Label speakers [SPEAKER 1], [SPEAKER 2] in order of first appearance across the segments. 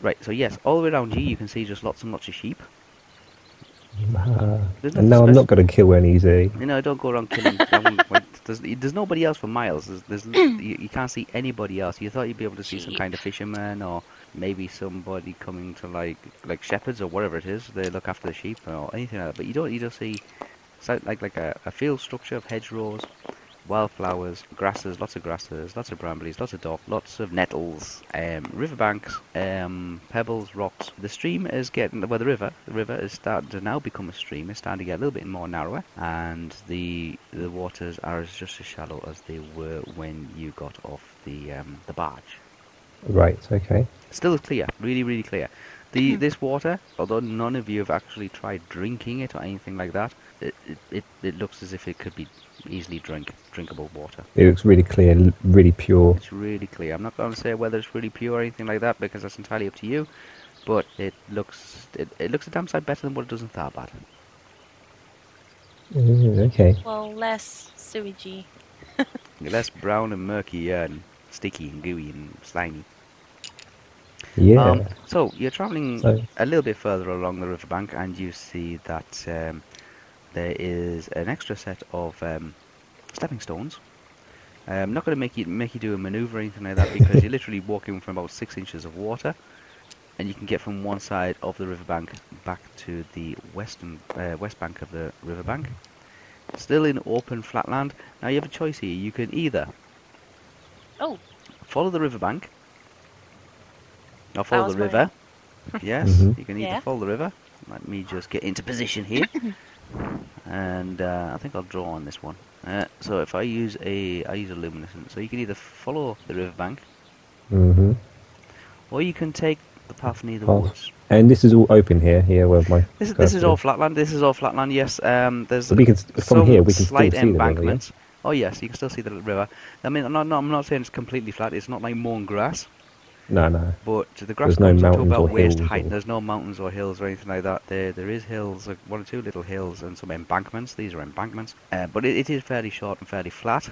[SPEAKER 1] Right, so yes, all the way around here you can see just lots and lots of sheep.
[SPEAKER 2] Ah.
[SPEAKER 1] There's
[SPEAKER 2] And now
[SPEAKER 1] nothing special-
[SPEAKER 2] I'm not going to kill any, see?
[SPEAKER 1] You know, don't go around killing. um, like, there's, there's nobody else for miles. There's, there's you, you can't see anybody else. You thought you'd be able to see some kind of fisherman or maybe somebody coming to like like shepherds or whatever it is. They look after the sheep or anything like that. But you don't. You just see it's like like, like a, a field structure of hedgerows, wildflowers, grasses, lots of grasses, lots of brambles, lots of dock, lots of nettles, um, riverbanks, um, pebbles, rocks. The stream is getting well. The river, the river is starting to now become a stream. It's starting to get a little bit more narrower, and the the waters are as just as shallow as they were when you got off the um, the barge.
[SPEAKER 2] Right, okay.
[SPEAKER 1] Still clear, really, really clear. The this water, although none of you have actually tried drinking it or anything like that, it it, it, it looks as if it could be easily drink drinkable water.
[SPEAKER 2] It looks really clear, l- really pure.
[SPEAKER 1] It's really clear. I'm not going to say whether it's really pure or anything like that because that's entirely up to you. But it looks it, it looks a damn sight better than what it does in Tharbad. Mm-hmm.
[SPEAKER 2] Mm, okay.
[SPEAKER 3] Well, less sewagey.
[SPEAKER 1] Less brown and murky and sticky and gooey and slimy.
[SPEAKER 2] Yeah.
[SPEAKER 1] Um, so you're travelling
[SPEAKER 2] So-
[SPEAKER 1] a little bit further along the riverbank, and you see that um, there is an extra set of um, stepping stones. Uh, I'm not going to make you make you do a manoeuvre or anything like that because you're literally walking from about six inches of water, and you can get from one side of the riverbank back to the western uh, west bank of the riverbank. Still in open flatland. Now you have a choice here. You can either
[SPEAKER 3] Oh,
[SPEAKER 1] follow the riverbank. Or follow
[SPEAKER 3] was
[SPEAKER 1] the
[SPEAKER 3] mine.
[SPEAKER 1] river. yes,
[SPEAKER 2] Mhm.
[SPEAKER 1] you can either
[SPEAKER 3] Yeah.
[SPEAKER 1] follow the river. Let me just get into position here. and uh, I think I'll draw on this one. Uh, so if I use a, I use a luminescent. So you can either follow the riverbank,
[SPEAKER 2] hmm
[SPEAKER 1] or you can take the path near the
[SPEAKER 2] Path.
[SPEAKER 1] woods.
[SPEAKER 2] And this is all open here, here where my.
[SPEAKER 1] This, this is all
[SPEAKER 2] cursor
[SPEAKER 1] flatland. This is all flatland. Yes, um, there's
[SPEAKER 2] But we can s- from
[SPEAKER 1] some
[SPEAKER 2] here, we can still
[SPEAKER 1] slight
[SPEAKER 2] see the river, yeah?
[SPEAKER 1] embankments. Oh yes, you can still see the river. I mean, I'm not, not- I'm not saying it's completely flat. It's not like mown grass.
[SPEAKER 2] No, no.
[SPEAKER 1] But the grass
[SPEAKER 2] There's no
[SPEAKER 1] comes up to
[SPEAKER 2] mountains
[SPEAKER 1] about
[SPEAKER 2] or
[SPEAKER 1] waist
[SPEAKER 2] hills
[SPEAKER 1] height.
[SPEAKER 2] or-
[SPEAKER 1] There's no mountains or hills or anything like that. There, there is hills, like one or two little hills, and some embankments. These are embankments, uh, but it, it is fairly short and fairly flat.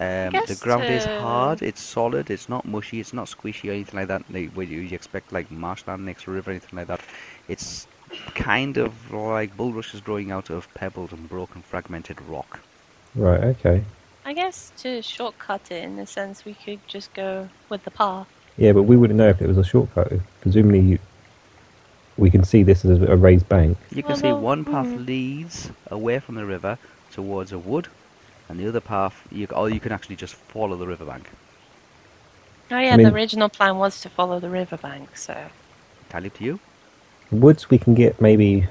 [SPEAKER 1] Um, the
[SPEAKER 3] guess,
[SPEAKER 1] ground is
[SPEAKER 3] uh,
[SPEAKER 1] hard. It's solid. It's not mushy. It's not squishy or anything like that. Like, where you you expect like marshland next to a river, anything like that. It's kind of like bulrushes growing out of pebbles and broken, fragmented rock.
[SPEAKER 2] Right, okay.
[SPEAKER 3] I guess to shortcut it in a sense, we could just go with the path.
[SPEAKER 2] Yeah, but we wouldn't know if it was a shortcut. Presumably, you, we can see this as a raised bank.
[SPEAKER 1] You can see
[SPEAKER 3] Although-
[SPEAKER 1] one path
[SPEAKER 3] mhm.
[SPEAKER 1] leads away from the river towards a wood, and the other path, you, or you can actually just follow the riverbank.
[SPEAKER 3] Oh yeah,
[SPEAKER 2] mean-
[SPEAKER 3] the original plan was to follow the riverbank, so
[SPEAKER 1] Entirely up to you.
[SPEAKER 2] Woods, we can get maybe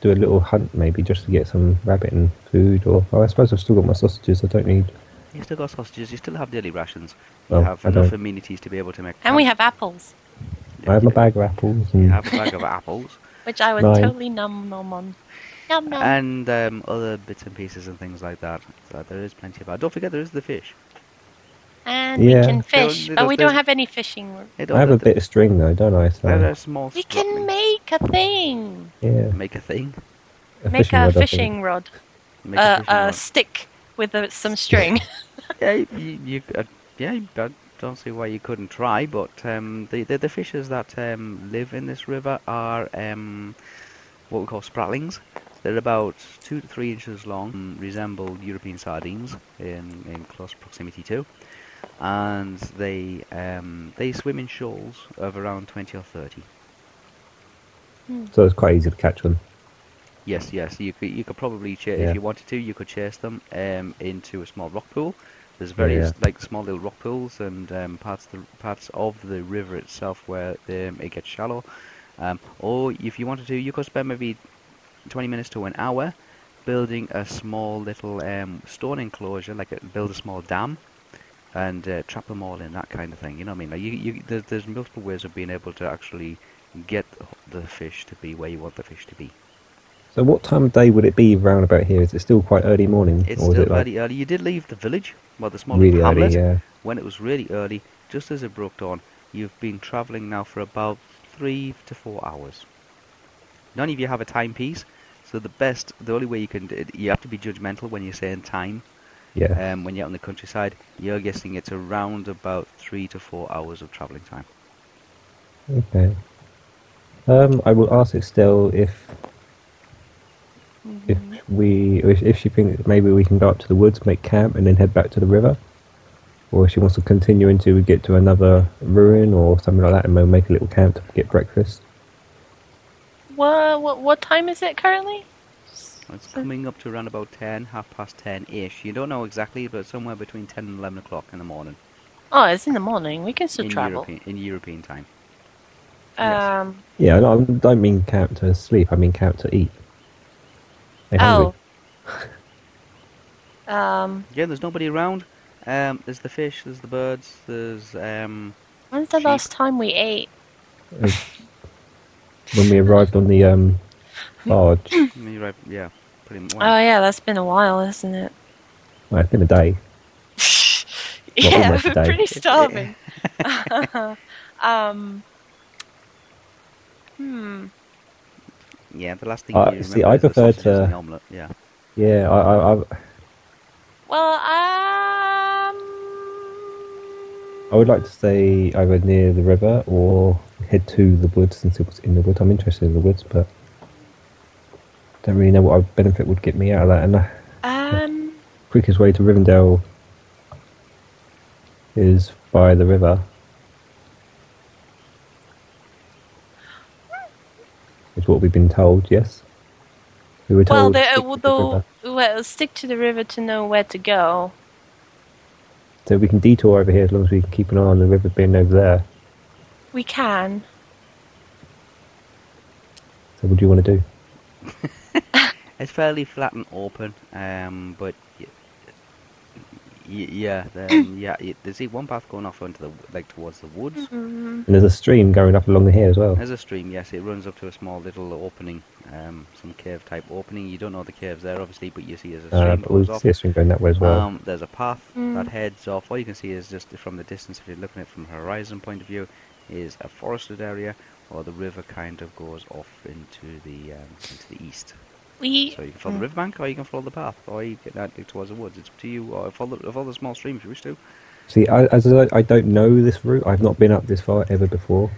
[SPEAKER 2] do a little hunt, maybe just to get some rabbit and food. Or oh, I suppose I've still got my sausages. I don't need.
[SPEAKER 1] You still got sausages. You still have daily rations. You
[SPEAKER 2] Well,
[SPEAKER 1] have
[SPEAKER 2] I
[SPEAKER 1] enough
[SPEAKER 2] don't.
[SPEAKER 1] amenities to be able to make.
[SPEAKER 3] and we have apples,
[SPEAKER 2] I have my bag of apples. And
[SPEAKER 1] You have a bag of apples
[SPEAKER 3] which I would
[SPEAKER 2] Nine.
[SPEAKER 3] totally num num on. Num
[SPEAKER 2] Uh,
[SPEAKER 3] num.
[SPEAKER 1] and um, other bits and pieces and things like that. So there is plenty of. Don't forget, there is the fish.
[SPEAKER 3] and
[SPEAKER 2] Yeah.
[SPEAKER 3] we can
[SPEAKER 1] Don't
[SPEAKER 3] fish,
[SPEAKER 1] do
[SPEAKER 3] but
[SPEAKER 1] the
[SPEAKER 3] we don't
[SPEAKER 1] fish.
[SPEAKER 3] have any fishing.
[SPEAKER 1] It
[SPEAKER 2] I have a uh, bit of string though, don't I? So
[SPEAKER 1] There are small.
[SPEAKER 3] We
[SPEAKER 1] structures.
[SPEAKER 3] can make a thing.
[SPEAKER 2] yeah,
[SPEAKER 1] make a thing.
[SPEAKER 3] Make
[SPEAKER 2] rod, I
[SPEAKER 3] a
[SPEAKER 2] think.
[SPEAKER 3] fishing rod,
[SPEAKER 1] Make
[SPEAKER 3] a,
[SPEAKER 1] a fishing
[SPEAKER 3] a
[SPEAKER 1] rod.
[SPEAKER 3] stick with uh some string.
[SPEAKER 1] Yeah, you, you uh, yeah, you- I don't see why you couldn't try, but um, the, the the fishes that um, live in this river are um, what we call spratlings. They're about two to three inches long, mm, resemble European sardines in, in close proximity to, and they um, they swim in shoals of around twenty or thirty.
[SPEAKER 2] So it's quite easy to catch them.
[SPEAKER 1] Yes, yes. You could, you could probably chase
[SPEAKER 2] Yeah.
[SPEAKER 1] if you wanted to. You could chase them um, into a small rock pool. There's various
[SPEAKER 2] yeah.
[SPEAKER 1] like small little rock pools and um, parts of the, parts of the river itself where um, it gets shallow. Um, or if you wanted to, you could spend maybe 20 minutes to an hour building a small little um, stone enclosure, like a, build a small dam and uh, trap them all in that kind of thing. You know what I mean? Like you, you, there's, there's multiple ways of being able to actually get the fish to be where you want the fish to be.
[SPEAKER 2] So what time of day would it be round about here? Is it still quite early morning?
[SPEAKER 1] It's
[SPEAKER 2] is
[SPEAKER 1] still
[SPEAKER 2] it like
[SPEAKER 1] very early. You did leave the village, well, the small
[SPEAKER 2] really
[SPEAKER 1] hamlet,
[SPEAKER 2] early? Yeah.
[SPEAKER 1] when it was really early, just as it broke dawn. You've been travelling now for about three to four hours. None of you have a timepiece, so the best, the only way you can, d- you have to be judgmental when you're saying time.
[SPEAKER 2] Yeah.
[SPEAKER 1] Um, when you're out in the countryside, you're guessing it's around about three to four hours of travelling time.
[SPEAKER 2] okay. Um, I will ask Estelle if
[SPEAKER 1] Mm-hmm.
[SPEAKER 2] if we if, if she thinks maybe we can go up to the woods, make camp, and then head back to the river, or if she wants to continue until we get to another ruin or something like that, and we'll make a little camp to get breakfast.
[SPEAKER 3] What, what what time is it currently?
[SPEAKER 1] It's coming up to around about 10, half past 10 ish. You don't know exactly, but somewhere between 10 and 11 o'clock in the morning.
[SPEAKER 3] Oh, it's in the morning. We can still
[SPEAKER 1] in,
[SPEAKER 3] travel.
[SPEAKER 1] European, in European time. yes.
[SPEAKER 3] Um.
[SPEAKER 2] Yeah, I don't, I don't mean camp to sleep. I mean camp to eat. They're
[SPEAKER 3] Oh.
[SPEAKER 2] hungry.
[SPEAKER 3] um.
[SPEAKER 1] Yeah, there's nobody around. Um, there's the fish, there's the birds, there's. Um,
[SPEAKER 3] When's the
[SPEAKER 1] Sheep.
[SPEAKER 3] last time we ate?
[SPEAKER 2] When we arrived on the um, barge,
[SPEAKER 1] you're right, yeah, pretty much.
[SPEAKER 3] Oh yeah, that's been a while, isn't it?
[SPEAKER 2] well, it's been a day. Not
[SPEAKER 3] yeah,
[SPEAKER 2] almost a
[SPEAKER 3] we're
[SPEAKER 2] day.
[SPEAKER 3] pretty starving. um. Hmm.
[SPEAKER 1] yeah, the last thing
[SPEAKER 2] Uh,
[SPEAKER 1] you
[SPEAKER 2] see,
[SPEAKER 1] remember
[SPEAKER 2] I
[SPEAKER 1] is the
[SPEAKER 2] prefer
[SPEAKER 1] sausages and
[SPEAKER 2] to-
[SPEAKER 1] the omelette. Yeah,
[SPEAKER 2] Yeah, I, I, I,
[SPEAKER 3] Well, um.
[SPEAKER 2] I would like to stay either near the river or head to the woods since it was in the woods. I'm interested in the woods, but don't really know what benefit would get me out of that. And the
[SPEAKER 3] Um.
[SPEAKER 2] quickest way to Rivendell is by the river. Is what we've been told, yes? We were
[SPEAKER 3] Well,
[SPEAKER 2] told.
[SPEAKER 3] the,
[SPEAKER 2] stick
[SPEAKER 3] uh,
[SPEAKER 2] to the
[SPEAKER 3] though,
[SPEAKER 2] river.
[SPEAKER 3] well, stick to the river to know where to go.
[SPEAKER 2] So we can detour over here as long as we can keep an eye on the river being over there.
[SPEAKER 3] We can.
[SPEAKER 2] So what do you want to do?
[SPEAKER 1] it's fairly flat and open. Um, but y- y- yeah, then, yeah, y there's one path going off onto the like towards the woods.
[SPEAKER 2] And
[SPEAKER 3] Mm,
[SPEAKER 2] there's a stream going up along the here as well.
[SPEAKER 1] There's a stream, yes. It runs up to a small little opening, um, some cave type opening. You don't know the caves there, obviously, but you see there's a stream
[SPEAKER 2] Uh,
[SPEAKER 1] that
[SPEAKER 2] but we
[SPEAKER 1] goes
[SPEAKER 2] see
[SPEAKER 1] off.
[SPEAKER 2] a stream going that way as well.
[SPEAKER 1] Um, there's a path that
[SPEAKER 3] Mm.
[SPEAKER 1] heads off. All you can see is just from the distance, if you're looking at it from a horizon point of view, is a forested area, or the river kind of goes off into the um, into the east.
[SPEAKER 3] We.
[SPEAKER 1] So you can follow
[SPEAKER 3] Mm.
[SPEAKER 1] the riverbank, or you can follow the path, or you can out towards the woods. It's up to you. Or follow follow the small stream if you wish to.
[SPEAKER 2] See, I, as I, I don't know this route, I've not been up this far ever before.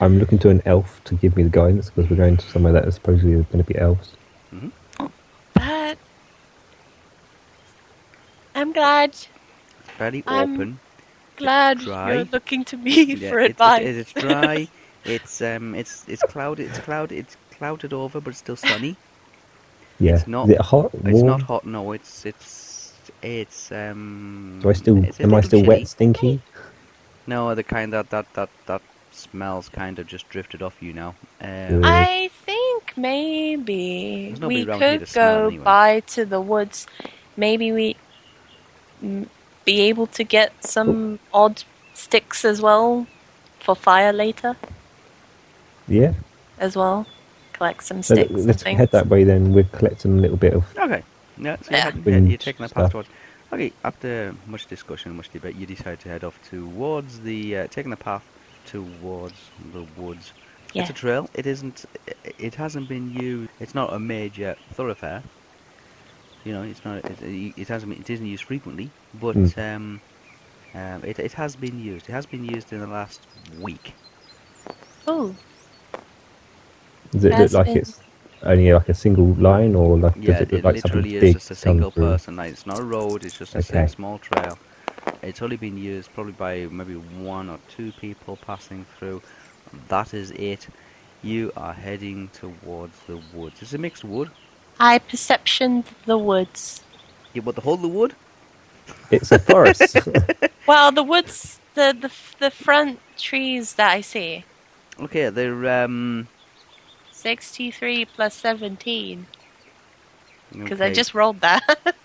[SPEAKER 2] I'm looking to an elf to give me the guidance because we're going to somewhere that is supposedly going to be elves.
[SPEAKER 1] hmm
[SPEAKER 3] But I'm glad,
[SPEAKER 1] It's fairly
[SPEAKER 3] I'm
[SPEAKER 1] open.
[SPEAKER 3] glad
[SPEAKER 1] dry.
[SPEAKER 3] you're looking to me
[SPEAKER 1] Yeah,
[SPEAKER 3] for
[SPEAKER 1] it's-
[SPEAKER 3] advice.
[SPEAKER 1] It's, it's, dry. it's um, it's it's clouded. It's clouded. It's clouded over, but it's still sunny.
[SPEAKER 2] Yeah.
[SPEAKER 1] It's not-
[SPEAKER 2] is it hot? Warm?
[SPEAKER 1] It's not hot. No, it's it's it's um.
[SPEAKER 2] Do I still,
[SPEAKER 1] it's a
[SPEAKER 2] am I
[SPEAKER 1] little
[SPEAKER 2] still
[SPEAKER 1] chilly.
[SPEAKER 2] wet, stinky?
[SPEAKER 1] No, the kind that that that that smells kind of just drifted off you now. Um,
[SPEAKER 2] Yeah.
[SPEAKER 3] I think maybe
[SPEAKER 1] There's nobody
[SPEAKER 3] we
[SPEAKER 1] around here
[SPEAKER 3] could
[SPEAKER 1] to smell
[SPEAKER 3] go
[SPEAKER 1] anyway.
[SPEAKER 3] by to the woods. Maybe we m- be able to get some odd sticks as well for fire later
[SPEAKER 2] Yeah.
[SPEAKER 3] as well. Collect some
[SPEAKER 2] So
[SPEAKER 3] sticks. and
[SPEAKER 2] let's
[SPEAKER 3] things.
[SPEAKER 2] head that way then. We're collecting a little bit of.
[SPEAKER 1] Okay. Yeah, so
[SPEAKER 3] Yeah.
[SPEAKER 1] You're, heading, head- you're
[SPEAKER 2] Wind
[SPEAKER 1] taking that
[SPEAKER 2] stuff.
[SPEAKER 1] path towards. Okay, after much discussion, much debate, you decide to head off towards the uh, taking the path towards the woods. It's
[SPEAKER 3] Yeah.
[SPEAKER 1] a trail. It isn't. i- It hasn't been used. It's not a major thoroughfare. You know, it's not. It, it hasn't. been- It isn't used frequently, but
[SPEAKER 2] Mm.
[SPEAKER 1] um, um, it it has been used. It has been used in the last week.
[SPEAKER 3] Oh,
[SPEAKER 2] Does it look
[SPEAKER 3] That's
[SPEAKER 2] like
[SPEAKER 3] been-
[SPEAKER 2] it's only like a single line or like,
[SPEAKER 1] Yeah,
[SPEAKER 2] does it
[SPEAKER 1] it,
[SPEAKER 2] look like something
[SPEAKER 1] literally is
[SPEAKER 2] big?
[SPEAKER 1] just a
[SPEAKER 2] come
[SPEAKER 1] single
[SPEAKER 2] through?
[SPEAKER 1] person. Like, it's not a road, it's just a si-
[SPEAKER 2] Okay.
[SPEAKER 1] small trail. It's only been used probably by maybe one or two people passing through. That is it. You are heading towards the woods. It's a mixed wood.
[SPEAKER 3] I perceptioned the woods.
[SPEAKER 1] You want the whole of the wood?
[SPEAKER 2] It's a forest.
[SPEAKER 3] Well, the woods, the the the front trees that I see,
[SPEAKER 1] Okay, they're um.
[SPEAKER 3] sixty-three plus seventeen, because I
[SPEAKER 1] okay.
[SPEAKER 3] just rolled that.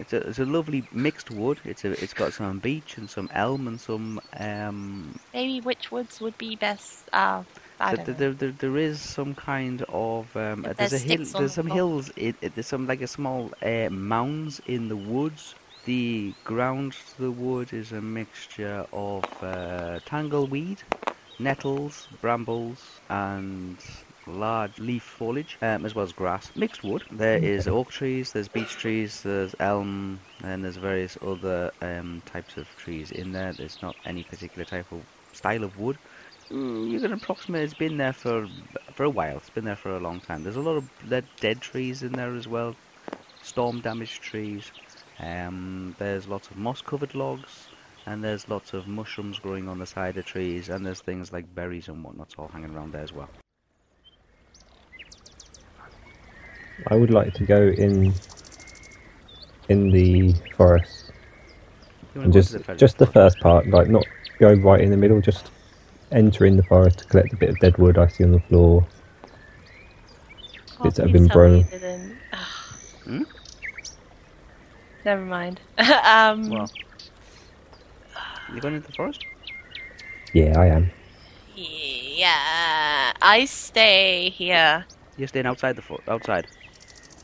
[SPEAKER 1] It's a it's a lovely mixed wood. It's a it's got some beech and some elm and some um
[SPEAKER 3] Maybe which woods would be best? Uh, I
[SPEAKER 1] Th-
[SPEAKER 3] don't know.
[SPEAKER 1] there, there, there is some kind of um, uh,
[SPEAKER 3] But
[SPEAKER 1] there's a
[SPEAKER 3] there's
[SPEAKER 1] hill
[SPEAKER 3] sticks on
[SPEAKER 1] there's
[SPEAKER 3] the
[SPEAKER 1] some
[SPEAKER 3] floor.
[SPEAKER 1] hills it, it, there's some like a small uh, mounds in the woods the ground to the wood is a mixture of uh, tangleweed nettles brambles and large leaf foliage um, as well as grass mixed wood there
[SPEAKER 3] Mm.
[SPEAKER 1] is oak trees there's beech trees there's elm and there's various other um, types of trees in there there's not any particular type of style of wood Mm, you can approximate it's been there for for a while. It's been there for a long time. There's a lot of dead, dead trees in there as well, storm damaged trees. Um, there's lots of moss covered logs, and there's lots of mushrooms growing on the side of trees, and there's things like berries and whatnot all hanging around there as well.
[SPEAKER 2] I would like to go in in the forest.
[SPEAKER 1] You wanna
[SPEAKER 2] And
[SPEAKER 1] go to
[SPEAKER 2] just
[SPEAKER 1] ferry
[SPEAKER 2] just the
[SPEAKER 1] spot?
[SPEAKER 2] first part, like not go right in the middle, just enter in the forest to collect a bit of dead wood I see on the floor.
[SPEAKER 3] Oh,
[SPEAKER 2] Bits that have
[SPEAKER 3] please
[SPEAKER 2] been
[SPEAKER 3] tell me
[SPEAKER 2] brown.
[SPEAKER 3] you didn't. Ugh.
[SPEAKER 1] Hmm?
[SPEAKER 3] Never mind. um,
[SPEAKER 1] Well, you going into the forest?
[SPEAKER 2] Yeah, I am.
[SPEAKER 3] yeah, I stay here.
[SPEAKER 1] You're staying outside the fo- outside.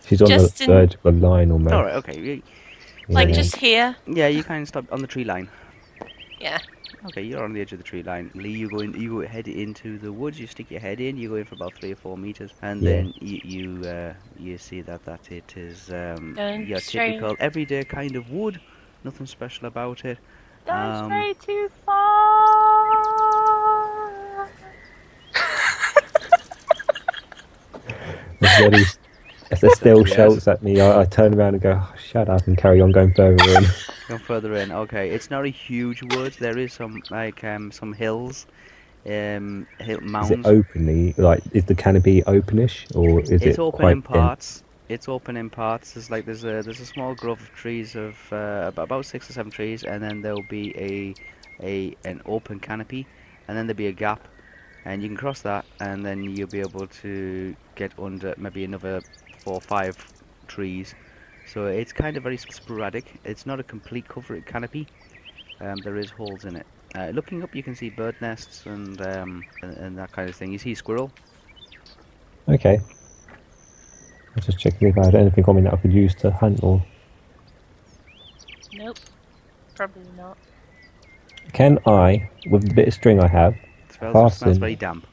[SPEAKER 2] She's on
[SPEAKER 3] Just
[SPEAKER 2] the
[SPEAKER 3] in-
[SPEAKER 2] verge of a line almost.
[SPEAKER 1] All right, okay. you-
[SPEAKER 3] Like
[SPEAKER 2] Yeah.
[SPEAKER 3] just here.
[SPEAKER 1] Yeah, you kind of stop on the tree line.
[SPEAKER 3] Yeah.
[SPEAKER 1] Okay, you're on the edge of the tree line. Lee, you go in, you go head into the woods. You stick your head in. You go in for about three or four meters, and
[SPEAKER 2] Yeah.
[SPEAKER 1] then you you, uh, you see that that it is um,
[SPEAKER 3] Going
[SPEAKER 1] your
[SPEAKER 3] straight.
[SPEAKER 1] typical everyday kind of wood. Nothing special about it.
[SPEAKER 3] Don't
[SPEAKER 1] Um,
[SPEAKER 3] stray too far.
[SPEAKER 2] The bloody- if there still
[SPEAKER 1] Yes.
[SPEAKER 2] shouts at me, I, I turn around and go, "Oh, shut up, and carry on going further in.
[SPEAKER 1] Go further in. Okay, it's not a huge wood. There is some like um some hills, um hill
[SPEAKER 2] is
[SPEAKER 1] mounds.
[SPEAKER 2] it openly, like, is the canopy openish, or is
[SPEAKER 1] it's
[SPEAKER 2] it
[SPEAKER 1] open
[SPEAKER 2] quite
[SPEAKER 1] in parts. It's open in parts. It's like there's a there's a small grove of trees of uh, ab- about six or seven trees, and then there'll be a a an open canopy, and then there'll be a gap, and you can cross that, and then you'll be able to get under maybe another four or five trees. So it's kind of very sp- sporadic. It's not a complete covered canopy. Um, there is holes in it. Uh, looking up, you can see bird nests and, um, and and that kind of thing. You see squirrel.
[SPEAKER 2] Okay. I was just checking if I had anything on me that I could use to hunt, or
[SPEAKER 3] Nope. Probably not.
[SPEAKER 2] can I, with the bit of string I have,
[SPEAKER 1] It smells, it smells
[SPEAKER 2] Parson.
[SPEAKER 1] very damp.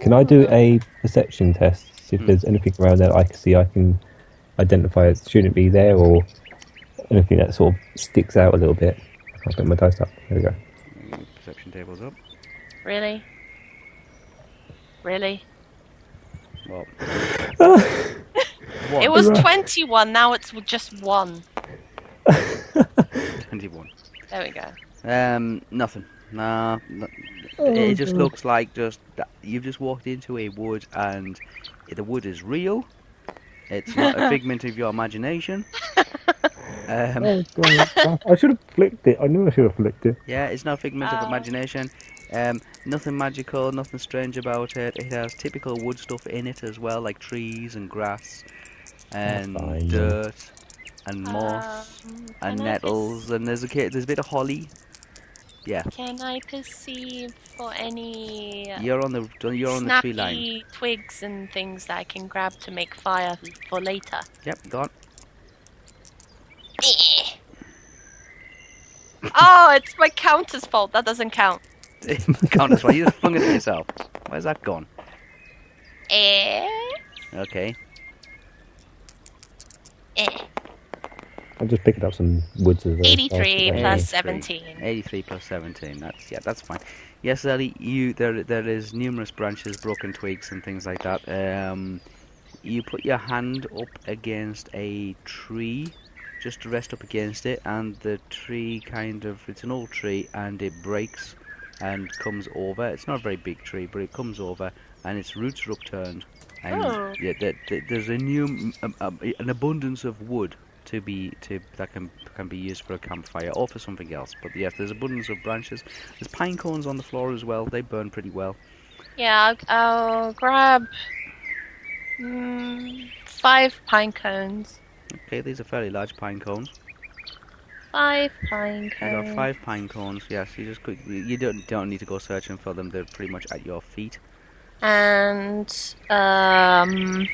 [SPEAKER 2] can I do a perception test? See if
[SPEAKER 1] Hmm.
[SPEAKER 2] there's anything around there that I can see I can identify it shouldn't be there, or anything that sort of sticks out a little bit. I'll put my dice up. There we go.
[SPEAKER 1] Perception table's up.
[SPEAKER 3] Really? Really?
[SPEAKER 1] Well,
[SPEAKER 3] It
[SPEAKER 1] one.
[SPEAKER 3] was
[SPEAKER 2] Right.
[SPEAKER 3] 21, now it's just one.
[SPEAKER 1] 21.
[SPEAKER 3] There we go.
[SPEAKER 1] Um, nothing. Nah, no,
[SPEAKER 2] Oh,
[SPEAKER 1] it just
[SPEAKER 2] God.
[SPEAKER 1] looks like just that you've just walked into a wood and the wood is real. It's not a figment of your imagination. Um,
[SPEAKER 2] Oh, God. I should have flicked it. I knew I should have flicked it.
[SPEAKER 1] yeah, it's not a figment of
[SPEAKER 3] Oh.
[SPEAKER 1] imagination. Um, nothing magical, nothing strange about it. It has typical wood stuff in it as well, like trees and grass and
[SPEAKER 2] fine. Ah.
[SPEAKER 1] dirt and moss.
[SPEAKER 3] Um,
[SPEAKER 1] and
[SPEAKER 3] can I
[SPEAKER 1] nettles, and there's a ca- there's a bit of holly. Yeah,
[SPEAKER 3] perce- Can I perceive for any
[SPEAKER 1] you're on the you're on the tree
[SPEAKER 3] snappy
[SPEAKER 1] line.
[SPEAKER 3] twigs and things that I can grab to make fire for later?
[SPEAKER 1] Yep, go on.
[SPEAKER 3] oh, it's my counter's fault. That doesn't count.
[SPEAKER 1] Count as well. You just flung it at yourself. Where's that gone?
[SPEAKER 3] Eh?
[SPEAKER 1] Okay.
[SPEAKER 3] Eh.
[SPEAKER 2] I'm just picking up some woods as well.
[SPEAKER 3] 83
[SPEAKER 2] After that.
[SPEAKER 3] plus
[SPEAKER 1] 83.
[SPEAKER 3] 17.
[SPEAKER 1] 83 plus 17. That's yeah, that's fine. Yes, Ellie, you there there is numerous branches, broken twigs, and things like that. Um, you put your hand up against a tree, just to rest up against it, and the tree kind of it's an old tree, and it breaks and comes over. It's not a very big tree, but it comes over, and its roots are upturned. And
[SPEAKER 3] Oh.
[SPEAKER 1] yeah, there, there- there's a new um, um, an abundance of wood to be to that can can be used for a campfire or for something else. But yes, there's abundance of branches. There's pine cones on the floor as well. They burn pretty well.
[SPEAKER 3] Yeah, I'll, I'll grab mm, five pine cones.
[SPEAKER 1] Okay, these are fairly large pine cones.
[SPEAKER 3] Five pine
[SPEAKER 1] You
[SPEAKER 3] cones.
[SPEAKER 1] got five pine cones. Yes, you just quick, you you don't don't need to go searching for them. They're pretty much at your feet.
[SPEAKER 3] And um,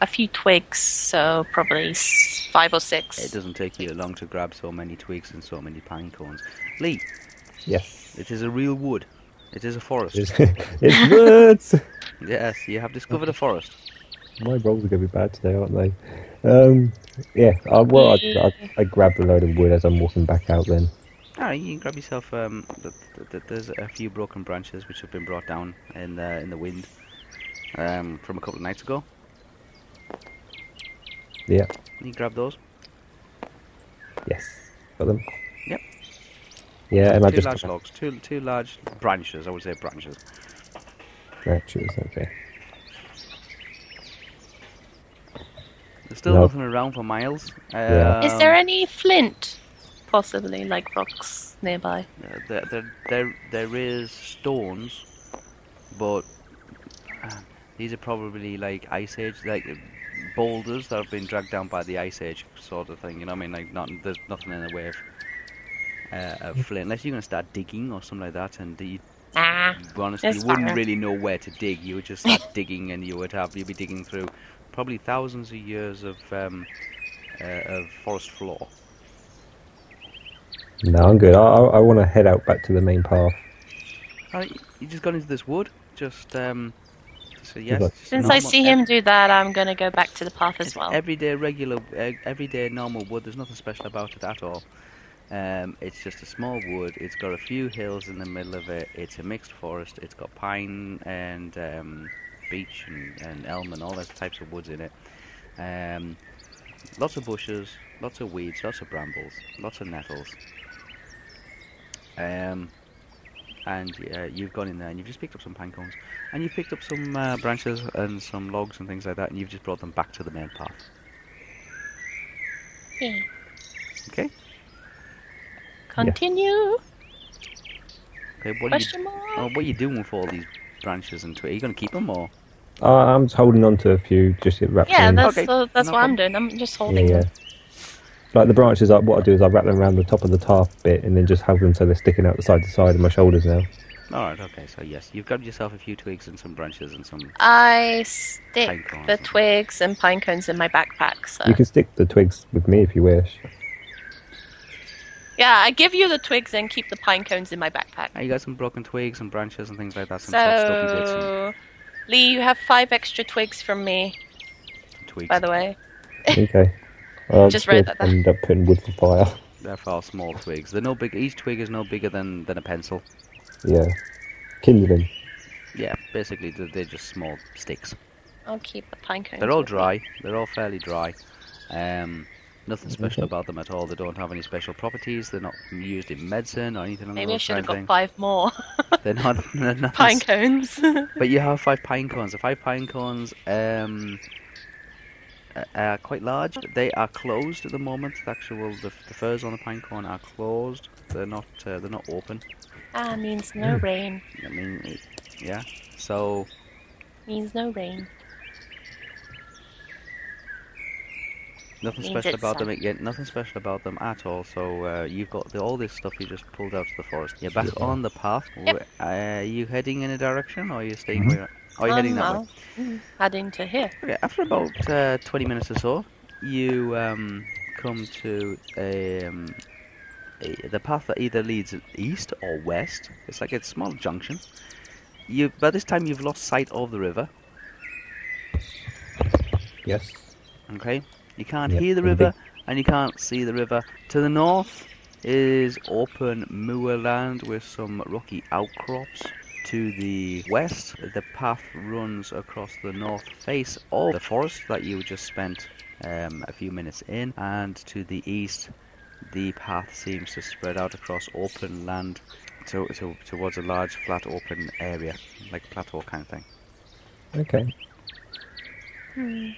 [SPEAKER 3] a few twigs, so probably s- five or
[SPEAKER 1] It
[SPEAKER 3] six.
[SPEAKER 1] doesn't take you long to grab so many twigs and so many pine cones. Lee,
[SPEAKER 2] Yes.
[SPEAKER 1] it is a real wood. It is a forest.
[SPEAKER 2] it's woods.
[SPEAKER 1] Yes, you have discovered a forest.
[SPEAKER 2] My rolls are going to be bad today, aren't they? Um, yeah, I, well, I, I, I grabbed a load of wood as I'm walking back out then.
[SPEAKER 1] Alright, Ah, you can grab yourself. Um, th- th- th- there's a few broken branches which have been brought down in the in the wind um, from a couple of nights ago.
[SPEAKER 2] Yeah,
[SPEAKER 1] You can grab those.
[SPEAKER 2] yes. Got them?
[SPEAKER 1] Yep.
[SPEAKER 2] Yeah, and I
[SPEAKER 1] two
[SPEAKER 2] just
[SPEAKER 1] large logs, two two large branches. I would say branches.
[SPEAKER 2] branches, okay.
[SPEAKER 1] There's still
[SPEAKER 2] No.
[SPEAKER 1] nothing around for miles. Um,
[SPEAKER 2] Yeah.
[SPEAKER 3] Is there any flint, possibly, like rocks nearby?
[SPEAKER 1] Uh, there, there, there, there is stones, but uh, these are probably like ice age, like uh, boulders that have been dragged down by the ice age sort of thing. You know what I mean? Like, not, there's nothing in the way of, uh, of flint, unless you're gonna start digging or something like that. And you,
[SPEAKER 3] Nah.
[SPEAKER 1] honestly,
[SPEAKER 3] It's
[SPEAKER 1] you wouldn't
[SPEAKER 3] fine.
[SPEAKER 1] really know where to dig. You would just start digging, and you would have you'd be digging through probably thousands of years of um, uh, of forest floor.
[SPEAKER 2] No, I'm good. I, I, I want to head out back to the main path.
[SPEAKER 1] Alright, you just got into this wood. Just um, so yes.
[SPEAKER 2] luck.
[SPEAKER 1] just
[SPEAKER 3] Since I
[SPEAKER 1] normal-
[SPEAKER 3] see him do that, I'm going to go back to the path as
[SPEAKER 1] It's
[SPEAKER 3] well.
[SPEAKER 1] Everyday regular, uh, everyday normal wood. There's nothing special about it at all. Um, it's just a small wood. It's got a few hills in the middle of it. It's a mixed forest. It's got pine and um, beech and, and elm and all those types of woods in it. Um, lots of bushes, lots of weeds, lots of brambles, lots of nettles. Um, and uh, you've gone in there and you've just picked up some pine cones and you've picked up some uh, branches and some logs and things like that and you've just brought them back to the main path.
[SPEAKER 3] Yeah.
[SPEAKER 1] Okay.
[SPEAKER 3] Continue?
[SPEAKER 1] Okay. What are you?
[SPEAKER 3] Question mark?
[SPEAKER 1] Oh, what are you doing with all these branches and twigs? Are you going to keep them or?
[SPEAKER 2] I, I'm just holding on to a few, just wrapped
[SPEAKER 3] yeah,
[SPEAKER 2] in.
[SPEAKER 3] that's,
[SPEAKER 1] Okay,
[SPEAKER 3] uh, that's
[SPEAKER 1] no
[SPEAKER 3] what
[SPEAKER 1] problem.
[SPEAKER 3] I'm doing. I'm just
[SPEAKER 2] yeah,
[SPEAKER 3] holding
[SPEAKER 2] yeah.
[SPEAKER 3] them.
[SPEAKER 2] Like the branches, I, what I do is I wrap them around the top of the tarp bit and then just have them so they're sticking out the side to side of my shoulders now.
[SPEAKER 1] All right. Okay. So yes, you've grabbed yourself a few twigs and some branches and some. Pine
[SPEAKER 3] I stick
[SPEAKER 1] cones
[SPEAKER 3] the
[SPEAKER 1] and-
[SPEAKER 3] twigs and pine cones in my backpack. So
[SPEAKER 2] You can stick the twigs with me if you wish.
[SPEAKER 3] yeah, I give you the twigs and keep the pine cones in my backpack.
[SPEAKER 1] Ah, you got some broken twigs and branches and things like that. Some sort of stubby bits and
[SPEAKER 3] So Lee, you have five extra twigs from me,
[SPEAKER 1] twigs.
[SPEAKER 3] by the way.
[SPEAKER 2] Okay. Well,
[SPEAKER 3] Just write that down.
[SPEAKER 2] End up putting wood for fire.
[SPEAKER 1] They're far small twigs. They're no big. Each twig is no bigger than than a pencil.
[SPEAKER 2] Yeah. Kindling.
[SPEAKER 1] Yeah. Basically, they're, they're just small sticks.
[SPEAKER 3] I'll keep the pine cones.
[SPEAKER 1] They're all
[SPEAKER 3] with me.
[SPEAKER 1] dry. They're all fairly dry. Um, nothing special
[SPEAKER 2] Okay.
[SPEAKER 1] about them at all. They don't have any special properties. They're not used in medicine or anything. along
[SPEAKER 3] Maybe I
[SPEAKER 1] those
[SPEAKER 3] should have
[SPEAKER 1] kind
[SPEAKER 3] got
[SPEAKER 1] of
[SPEAKER 3] five more
[SPEAKER 1] things. They're not. They're not
[SPEAKER 3] pine cones.
[SPEAKER 1] But you have five pine cones. The five pine cones um, a- are quite large. They are closed at the moment. The actual the, the furs on the pine cone are closed. They're not. Uh, they're not open.
[SPEAKER 3] ah, means no rain.
[SPEAKER 1] I mean, it, yeah. So
[SPEAKER 3] Means no rain.
[SPEAKER 1] nothing
[SPEAKER 3] Means
[SPEAKER 1] special
[SPEAKER 3] it's
[SPEAKER 1] about them.
[SPEAKER 3] sunny.
[SPEAKER 1] Again, nothing special about them at all. So uh, you've got the, all this stuff you just pulled out of the forest. You're back
[SPEAKER 2] Yeah.
[SPEAKER 1] on the path.
[SPEAKER 3] Yep.
[SPEAKER 1] Wh- Are you heading in a direction, or are you staying
[SPEAKER 2] Mhm.
[SPEAKER 1] where? Are you heading
[SPEAKER 3] Um,
[SPEAKER 1] that way?
[SPEAKER 3] I'll- mm, Heading to here.
[SPEAKER 1] Okay, after about uh, 20 minutes or so, you um, come to um, a- the path that either leads east or west. It's like a small junction. You by this time you've lost sight of the river.
[SPEAKER 2] Yes.
[SPEAKER 1] Okay, you can't
[SPEAKER 2] Yep,
[SPEAKER 1] hear the
[SPEAKER 2] and
[SPEAKER 1] river and you can't see the river. To the north is open moorland with some rocky outcrops. To the west, the path runs across the north face of the forest that you just spent um, a few minutes in, and to the east, the path seems to spread out across open land to, to, towards a large flat open area, like plateau kind of thing.
[SPEAKER 2] Okay.
[SPEAKER 3] Hmm.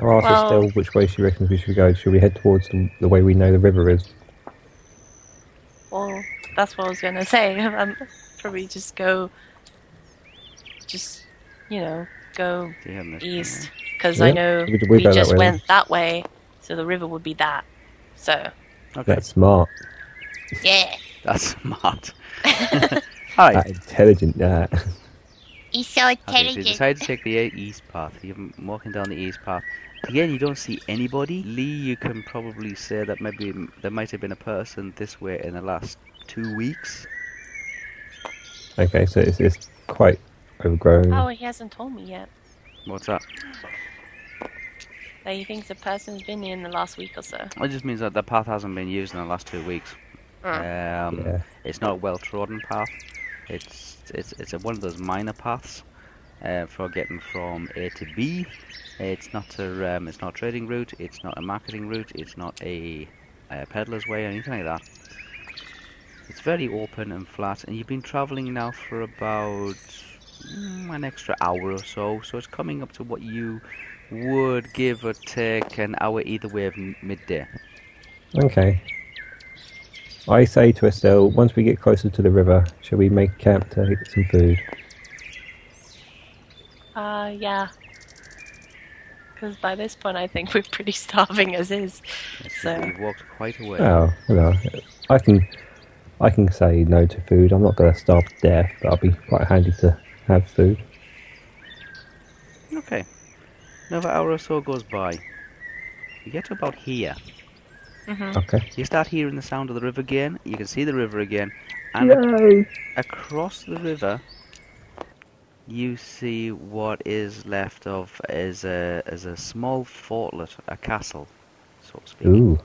[SPEAKER 2] I'll ask her
[SPEAKER 3] Well-
[SPEAKER 2] still which way she reckons we should go. Should we head towards the, the way we know the river is?
[SPEAKER 3] Well, that's what I was gonna say. Um, probably just go, just you know, go
[SPEAKER 1] Do you hear this?
[SPEAKER 3] east because
[SPEAKER 2] Yeah,
[SPEAKER 3] I know
[SPEAKER 2] we
[SPEAKER 3] we,
[SPEAKER 2] could- we go that
[SPEAKER 3] just
[SPEAKER 2] way then.
[SPEAKER 3] went that way, so the river would be that. So
[SPEAKER 1] Okay,
[SPEAKER 2] That's smart.
[SPEAKER 3] yeah,
[SPEAKER 1] that's smart. All right.
[SPEAKER 2] That intelligent, that.
[SPEAKER 4] He's so
[SPEAKER 1] Okay, so you
[SPEAKER 4] intelligent.
[SPEAKER 1] decide to take the uh, east path. You're m- walking down the east path. Again, you don't see anybody. Lee, you can probably say that maybe m- there might have been a person this way in the last two weeks.
[SPEAKER 2] okay, so it's, it's quite overgrown.
[SPEAKER 3] oh, he hasn't Oh, told me yet.
[SPEAKER 1] What's that?
[SPEAKER 3] that you think the person's been in the last week or so.
[SPEAKER 1] It just means that the path hasn't been used in the last two weeks.
[SPEAKER 3] Uh,
[SPEAKER 1] Um,
[SPEAKER 2] Yeah.
[SPEAKER 1] It's not a well trodden path. It's it's it's a, one of those minor paths uh, for getting from A to B. It's not a um, it's not a trading route. It's not a marketing route. It's not a, uh peddler's way or anything like that. It's very open and flat, and you've been travelling now for about mm, an extra hour or so. So it's coming up to what you would give or take an hour either way of m- midday.
[SPEAKER 2] Okay. I say to Estelle, once we get closer to the river, shall we make camp to get some food?
[SPEAKER 3] uh yeah. Because by this point, I think we're pretty starving as is.
[SPEAKER 1] So
[SPEAKER 3] So
[SPEAKER 1] you've walked quite a way.
[SPEAKER 2] Oh, hello. I can, I can say no to food. I'm not going to starve to death, but I'll be quite handy to have food.
[SPEAKER 1] Okay. Another hour or so goes by. You get to about here.
[SPEAKER 2] Okay.
[SPEAKER 1] You start hearing the sound of the river again. You can see the river again. And ac-
[SPEAKER 2] No.
[SPEAKER 1] across the river, you see what is left of as a, as a small fortlet, a castle, so to speak.
[SPEAKER 2] Ooh.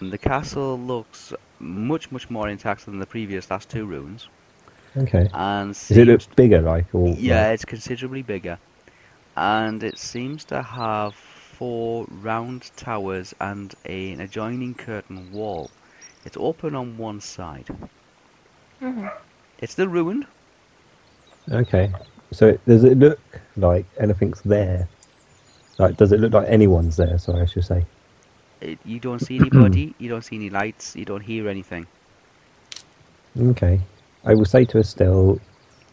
[SPEAKER 1] And the castle looks much, much more intact than the previous last two ruins.
[SPEAKER 2] Okay.
[SPEAKER 1] And
[SPEAKER 2] Does it
[SPEAKER 1] seems
[SPEAKER 2] look bigger, like or
[SPEAKER 1] Yeah, it's considerably bigger. And it seems to have four round towers and a, an adjoining curtain wall. It's open on one side. It's still ruined.
[SPEAKER 2] Okay. So it- does it look like anything's there? Like, does it look like anyone's there? Sorry, I should say.
[SPEAKER 1] It, you don't see anybody, you don't see any lights, you don't hear anything.
[SPEAKER 2] Okay. I will say to Estelle,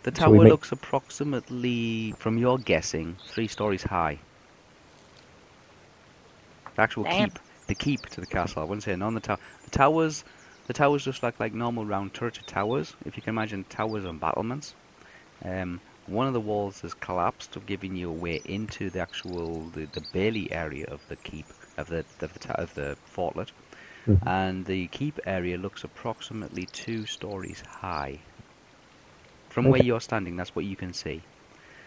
[SPEAKER 1] The
[SPEAKER 2] So we
[SPEAKER 1] tower
[SPEAKER 2] make-
[SPEAKER 1] looks approximately, from your guessing, three stories high. The actual
[SPEAKER 3] Damn.
[SPEAKER 1] keep, the keep to the castle. I wouldn't say none. The tower, the towers, the towers just like like normal round turret towers. If you can imagine towers on battlements. Um, one of the walls has collapsed, giving you a way into the actual the, the bailey area of the keep of the of the, ta- of the fortlet,
[SPEAKER 2] Mhm.
[SPEAKER 1] and the keep area looks approximately two stories high. From where
[SPEAKER 2] Okay.
[SPEAKER 1] you're standing, that's what you can see.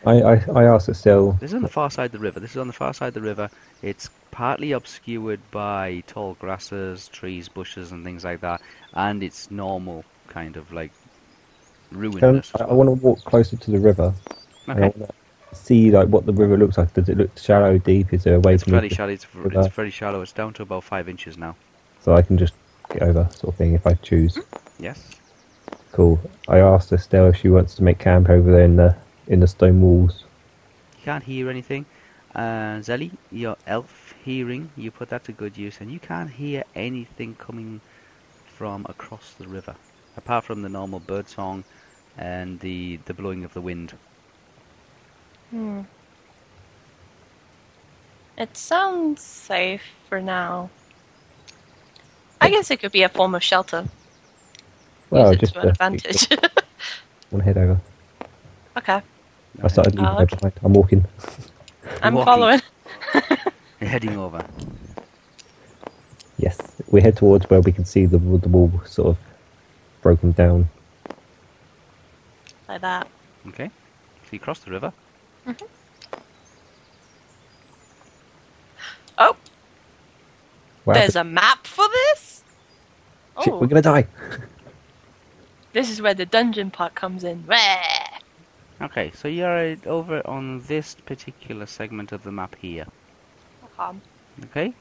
[SPEAKER 2] I, I, I asked Estelle,
[SPEAKER 1] This is on the far side of the river. This is on the far side of the river. It's partly obscured by tall grasses, trees, bushes, and things like that, and it's normal kind of like
[SPEAKER 2] "Can-
[SPEAKER 1] ruinous.
[SPEAKER 2] I, I want to walk closer to the river. and I
[SPEAKER 1] Okay.
[SPEAKER 2] want to see like what the river looks like. Does it look shallow, deep? Is there a way
[SPEAKER 1] It's
[SPEAKER 2] for me
[SPEAKER 1] very
[SPEAKER 2] to-
[SPEAKER 1] shallow. It's, v-
[SPEAKER 2] river.
[SPEAKER 1] it's very shallow. It's down to about five inches now.
[SPEAKER 2] so I can just get over, sort of thing, if I choose?
[SPEAKER 1] Yes.
[SPEAKER 2] Cool. I asked Estelle if she wants to make camp over there in the in the stone walls.
[SPEAKER 1] You can't hear anything. Uh, Zelly, your elf hearing, you put that to good use, and you can't hear anything coming from across the river, apart from the normal bird song and the, the blowing of the wind.
[SPEAKER 3] hmm. it sounds safe for now. I guess it could be a form of shelter.
[SPEAKER 2] Well,
[SPEAKER 3] Use it
[SPEAKER 2] just
[SPEAKER 3] to an
[SPEAKER 2] uh,
[SPEAKER 3] advantage.
[SPEAKER 2] want to head over.
[SPEAKER 3] okay,
[SPEAKER 2] I started
[SPEAKER 1] Uh,
[SPEAKER 2] leaving her
[SPEAKER 3] okay.
[SPEAKER 2] behind. I'm walking.
[SPEAKER 3] I'm
[SPEAKER 1] Walking.
[SPEAKER 3] following.
[SPEAKER 1] Heading over.
[SPEAKER 2] Yes, we head towards where we can see the the wall sort of broken down.
[SPEAKER 3] like that.
[SPEAKER 1] Okay. So you cross the river.
[SPEAKER 3] Oh,
[SPEAKER 2] What
[SPEAKER 3] there's
[SPEAKER 2] happened?
[SPEAKER 3] a map for this.
[SPEAKER 2] Shit,
[SPEAKER 3] Oh,
[SPEAKER 2] we're gonna die.
[SPEAKER 3] this is where the dungeon part comes in. Where?
[SPEAKER 1] Okay, so you're uh, over on this particular segment of the map here.
[SPEAKER 3] Um,
[SPEAKER 1] Okay?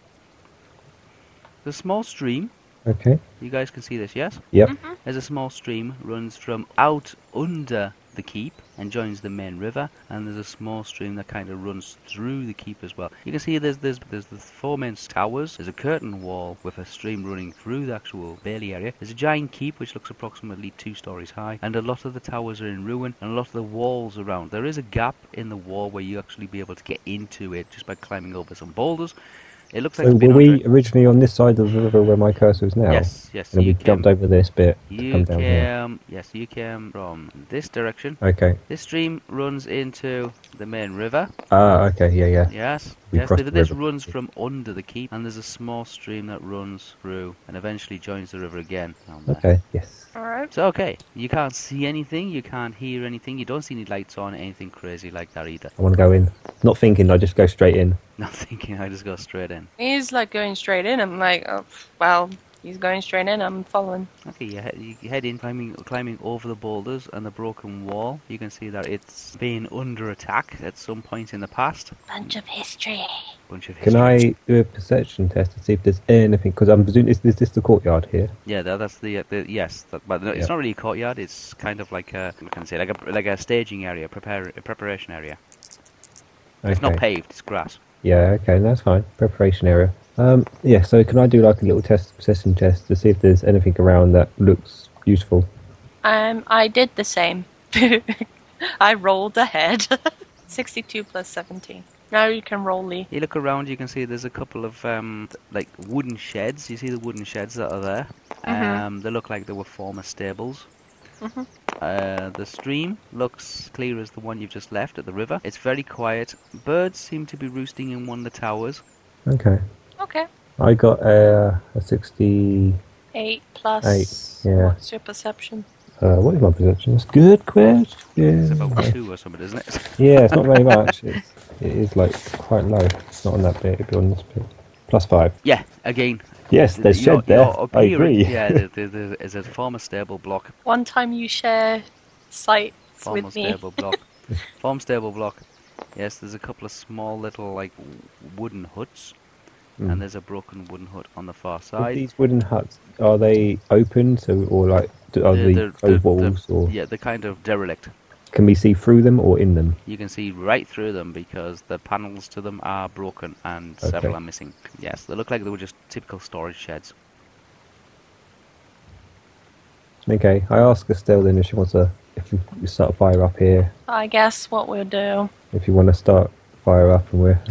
[SPEAKER 1] The small stream,
[SPEAKER 2] Okay.
[SPEAKER 1] you guys can see this, yes?
[SPEAKER 2] Yep.
[SPEAKER 1] There's a small stream runs from out under the keep and joins the main river, and there's a small stream that kind of runs through the keep as well. You can see there's there's there's the four main towers. There's a curtain wall with a stream running through the actual bailey area. There's a giant keep which looks approximately two stories high, and a lot of the towers are in ruin, and a lot of the walls around. There is a gap in the wall where you actually be able to get into it just by climbing over some boulders. It looks like
[SPEAKER 2] So
[SPEAKER 1] it's been
[SPEAKER 2] were we
[SPEAKER 1] under-
[SPEAKER 2] originally on this side of the river where my cursor is now?
[SPEAKER 1] Yes, yes.
[SPEAKER 2] And then
[SPEAKER 1] you
[SPEAKER 2] we
[SPEAKER 1] came-
[SPEAKER 2] jumped over this bit to come
[SPEAKER 1] you
[SPEAKER 2] down here.
[SPEAKER 1] came, yes, you came from this direction.
[SPEAKER 2] Okay.
[SPEAKER 1] This stream runs into the main river.
[SPEAKER 2] Ah, okay. Yeah, yeah.
[SPEAKER 1] Yes,
[SPEAKER 2] We
[SPEAKER 1] Yes,
[SPEAKER 2] crossed
[SPEAKER 1] th-
[SPEAKER 2] the
[SPEAKER 1] this
[SPEAKER 2] river.
[SPEAKER 1] runs from under the keep, and there's a small stream that runs through and eventually joins the river again down there.
[SPEAKER 2] Okay, yes.
[SPEAKER 3] All right.
[SPEAKER 1] So okay, you can't see anything, you can't hear anything, you don't see any lights on, anything crazy like that either.
[SPEAKER 2] I want to go in. Not thinking, I just go straight in.
[SPEAKER 1] Not thinking, I just go straight in.
[SPEAKER 3] He's like going straight in. I'm like, oh, well, he's going straight in. I'm following.
[SPEAKER 1] Okay, you, he- you head in, climbing, climbing over the boulders and the broken wall. You can see that it's been under attack at some point in the past.
[SPEAKER 3] Bunch of history.
[SPEAKER 1] Bunch of
[SPEAKER 2] Can
[SPEAKER 1] history.
[SPEAKER 2] I do a perception test to see if there's anything? Because I'm presuming is, is this the courtyard here?
[SPEAKER 1] Yeah, that, that's the, uh, the yes, that, but no,
[SPEAKER 2] Yeah.
[SPEAKER 1] it's not really a courtyard. It's kind of like a I can I say like a like a staging area, prepare, a preparation area.
[SPEAKER 2] Okay.
[SPEAKER 1] It's not paved; it's grass.
[SPEAKER 2] Yeah, okay, that's fine. Preparation area. Um, yeah, so can I do like a little test, perception test to see if there's anything around that looks useful?
[SPEAKER 3] Um, I did the same. I rolled ahead. 62 plus 17. Now you can roll Lee.
[SPEAKER 1] You look around, you can see there's a couple of um, th- like wooden sheds. You see the wooden sheds that are there.
[SPEAKER 3] Mhm.
[SPEAKER 1] Um, they look like they were former stables.
[SPEAKER 3] Mhm.
[SPEAKER 1] Uh, the stream looks clear as the one you've just left at the river. It's very quiet. Birds seem to be roosting in one of the towers.
[SPEAKER 2] Okay.
[SPEAKER 3] Okay.
[SPEAKER 2] I got uh, a 60.
[SPEAKER 3] 8 plus.
[SPEAKER 2] Eight, yeah.
[SPEAKER 3] What's your perception?
[SPEAKER 2] Uh, what is my perception? That's good question.
[SPEAKER 1] It's about two or something, isn't it?
[SPEAKER 2] yeah, it's not very much. It's, it is like quite low. It's not on that bit, it'd be on this bit. Plus five.
[SPEAKER 1] yeah. Again,
[SPEAKER 2] Yes, there's
[SPEAKER 1] your-
[SPEAKER 2] shed there.
[SPEAKER 1] your
[SPEAKER 2] I
[SPEAKER 1] appearance-
[SPEAKER 2] agree.
[SPEAKER 1] Yeah, there, there, there is a former stable block.
[SPEAKER 3] One time you share sights
[SPEAKER 1] Former
[SPEAKER 3] with me.
[SPEAKER 1] stable block. Former stable block. Yes, there's a couple of small little like w- wooden huts.
[SPEAKER 2] Mm.
[SPEAKER 1] and there's a broken wooden hut on the far
[SPEAKER 2] With
[SPEAKER 1] side.
[SPEAKER 2] These wooden huts are they open? So or like do, are
[SPEAKER 1] They're-
[SPEAKER 2] they
[SPEAKER 1] they're-
[SPEAKER 2] closed
[SPEAKER 1] they're- they're-
[SPEAKER 2] walls or
[SPEAKER 1] Yeah, they're kind of derelict.
[SPEAKER 2] can we see through them or in them?
[SPEAKER 1] You can see right through them because the panels to them are broken and several
[SPEAKER 2] Okay.
[SPEAKER 1] are missing. Yes, they look like they were just typical storage sheds.
[SPEAKER 2] Okay, I ask Estelle then if she wants to if you start a fire up here,
[SPEAKER 3] I guess what we'll do.
[SPEAKER 2] if you want to start a fire up and we are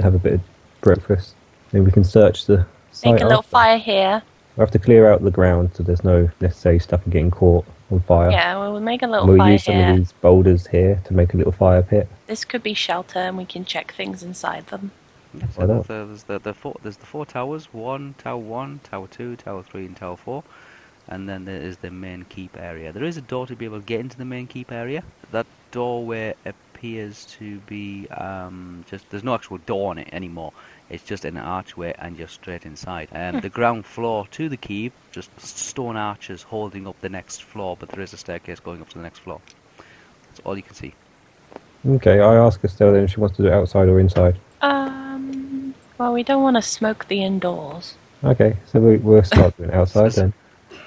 [SPEAKER 2] have a bit of breakfast, then we can search the site.
[SPEAKER 3] Make a little
[SPEAKER 2] after.
[SPEAKER 3] fire here.
[SPEAKER 2] We have to clear out the ground so there's no necessary stuff getting caught on fire.
[SPEAKER 3] Yeah, we'll make a little
[SPEAKER 2] We'll
[SPEAKER 3] Oh, fire
[SPEAKER 2] use some
[SPEAKER 3] here.
[SPEAKER 2] of these boulders here to make a little fire pit.
[SPEAKER 3] This could be shelter, and we can check things inside them.
[SPEAKER 1] Yes,
[SPEAKER 2] Why not?
[SPEAKER 1] there's, the, the four, there's the four towers one, Tower 1, Tower 2, Tower 3, and Tower 4. And then there is the main keep area. There is a door to be able to get into the main keep area. That doorway appears to be um, just. There's no actual door on it anymore. It's just an archway and you're straight inside. Um, the ground floor to the keep, just s- stone arches holding up the next floor, but there is a staircase going up to the next floor. That's all you can see.
[SPEAKER 2] Okay, I ask Estelle then if she wants to do it outside or inside.
[SPEAKER 3] Um. Well, we don't want to smoke the indoors,
[SPEAKER 2] Okay, so we, we'll start doing it outside then.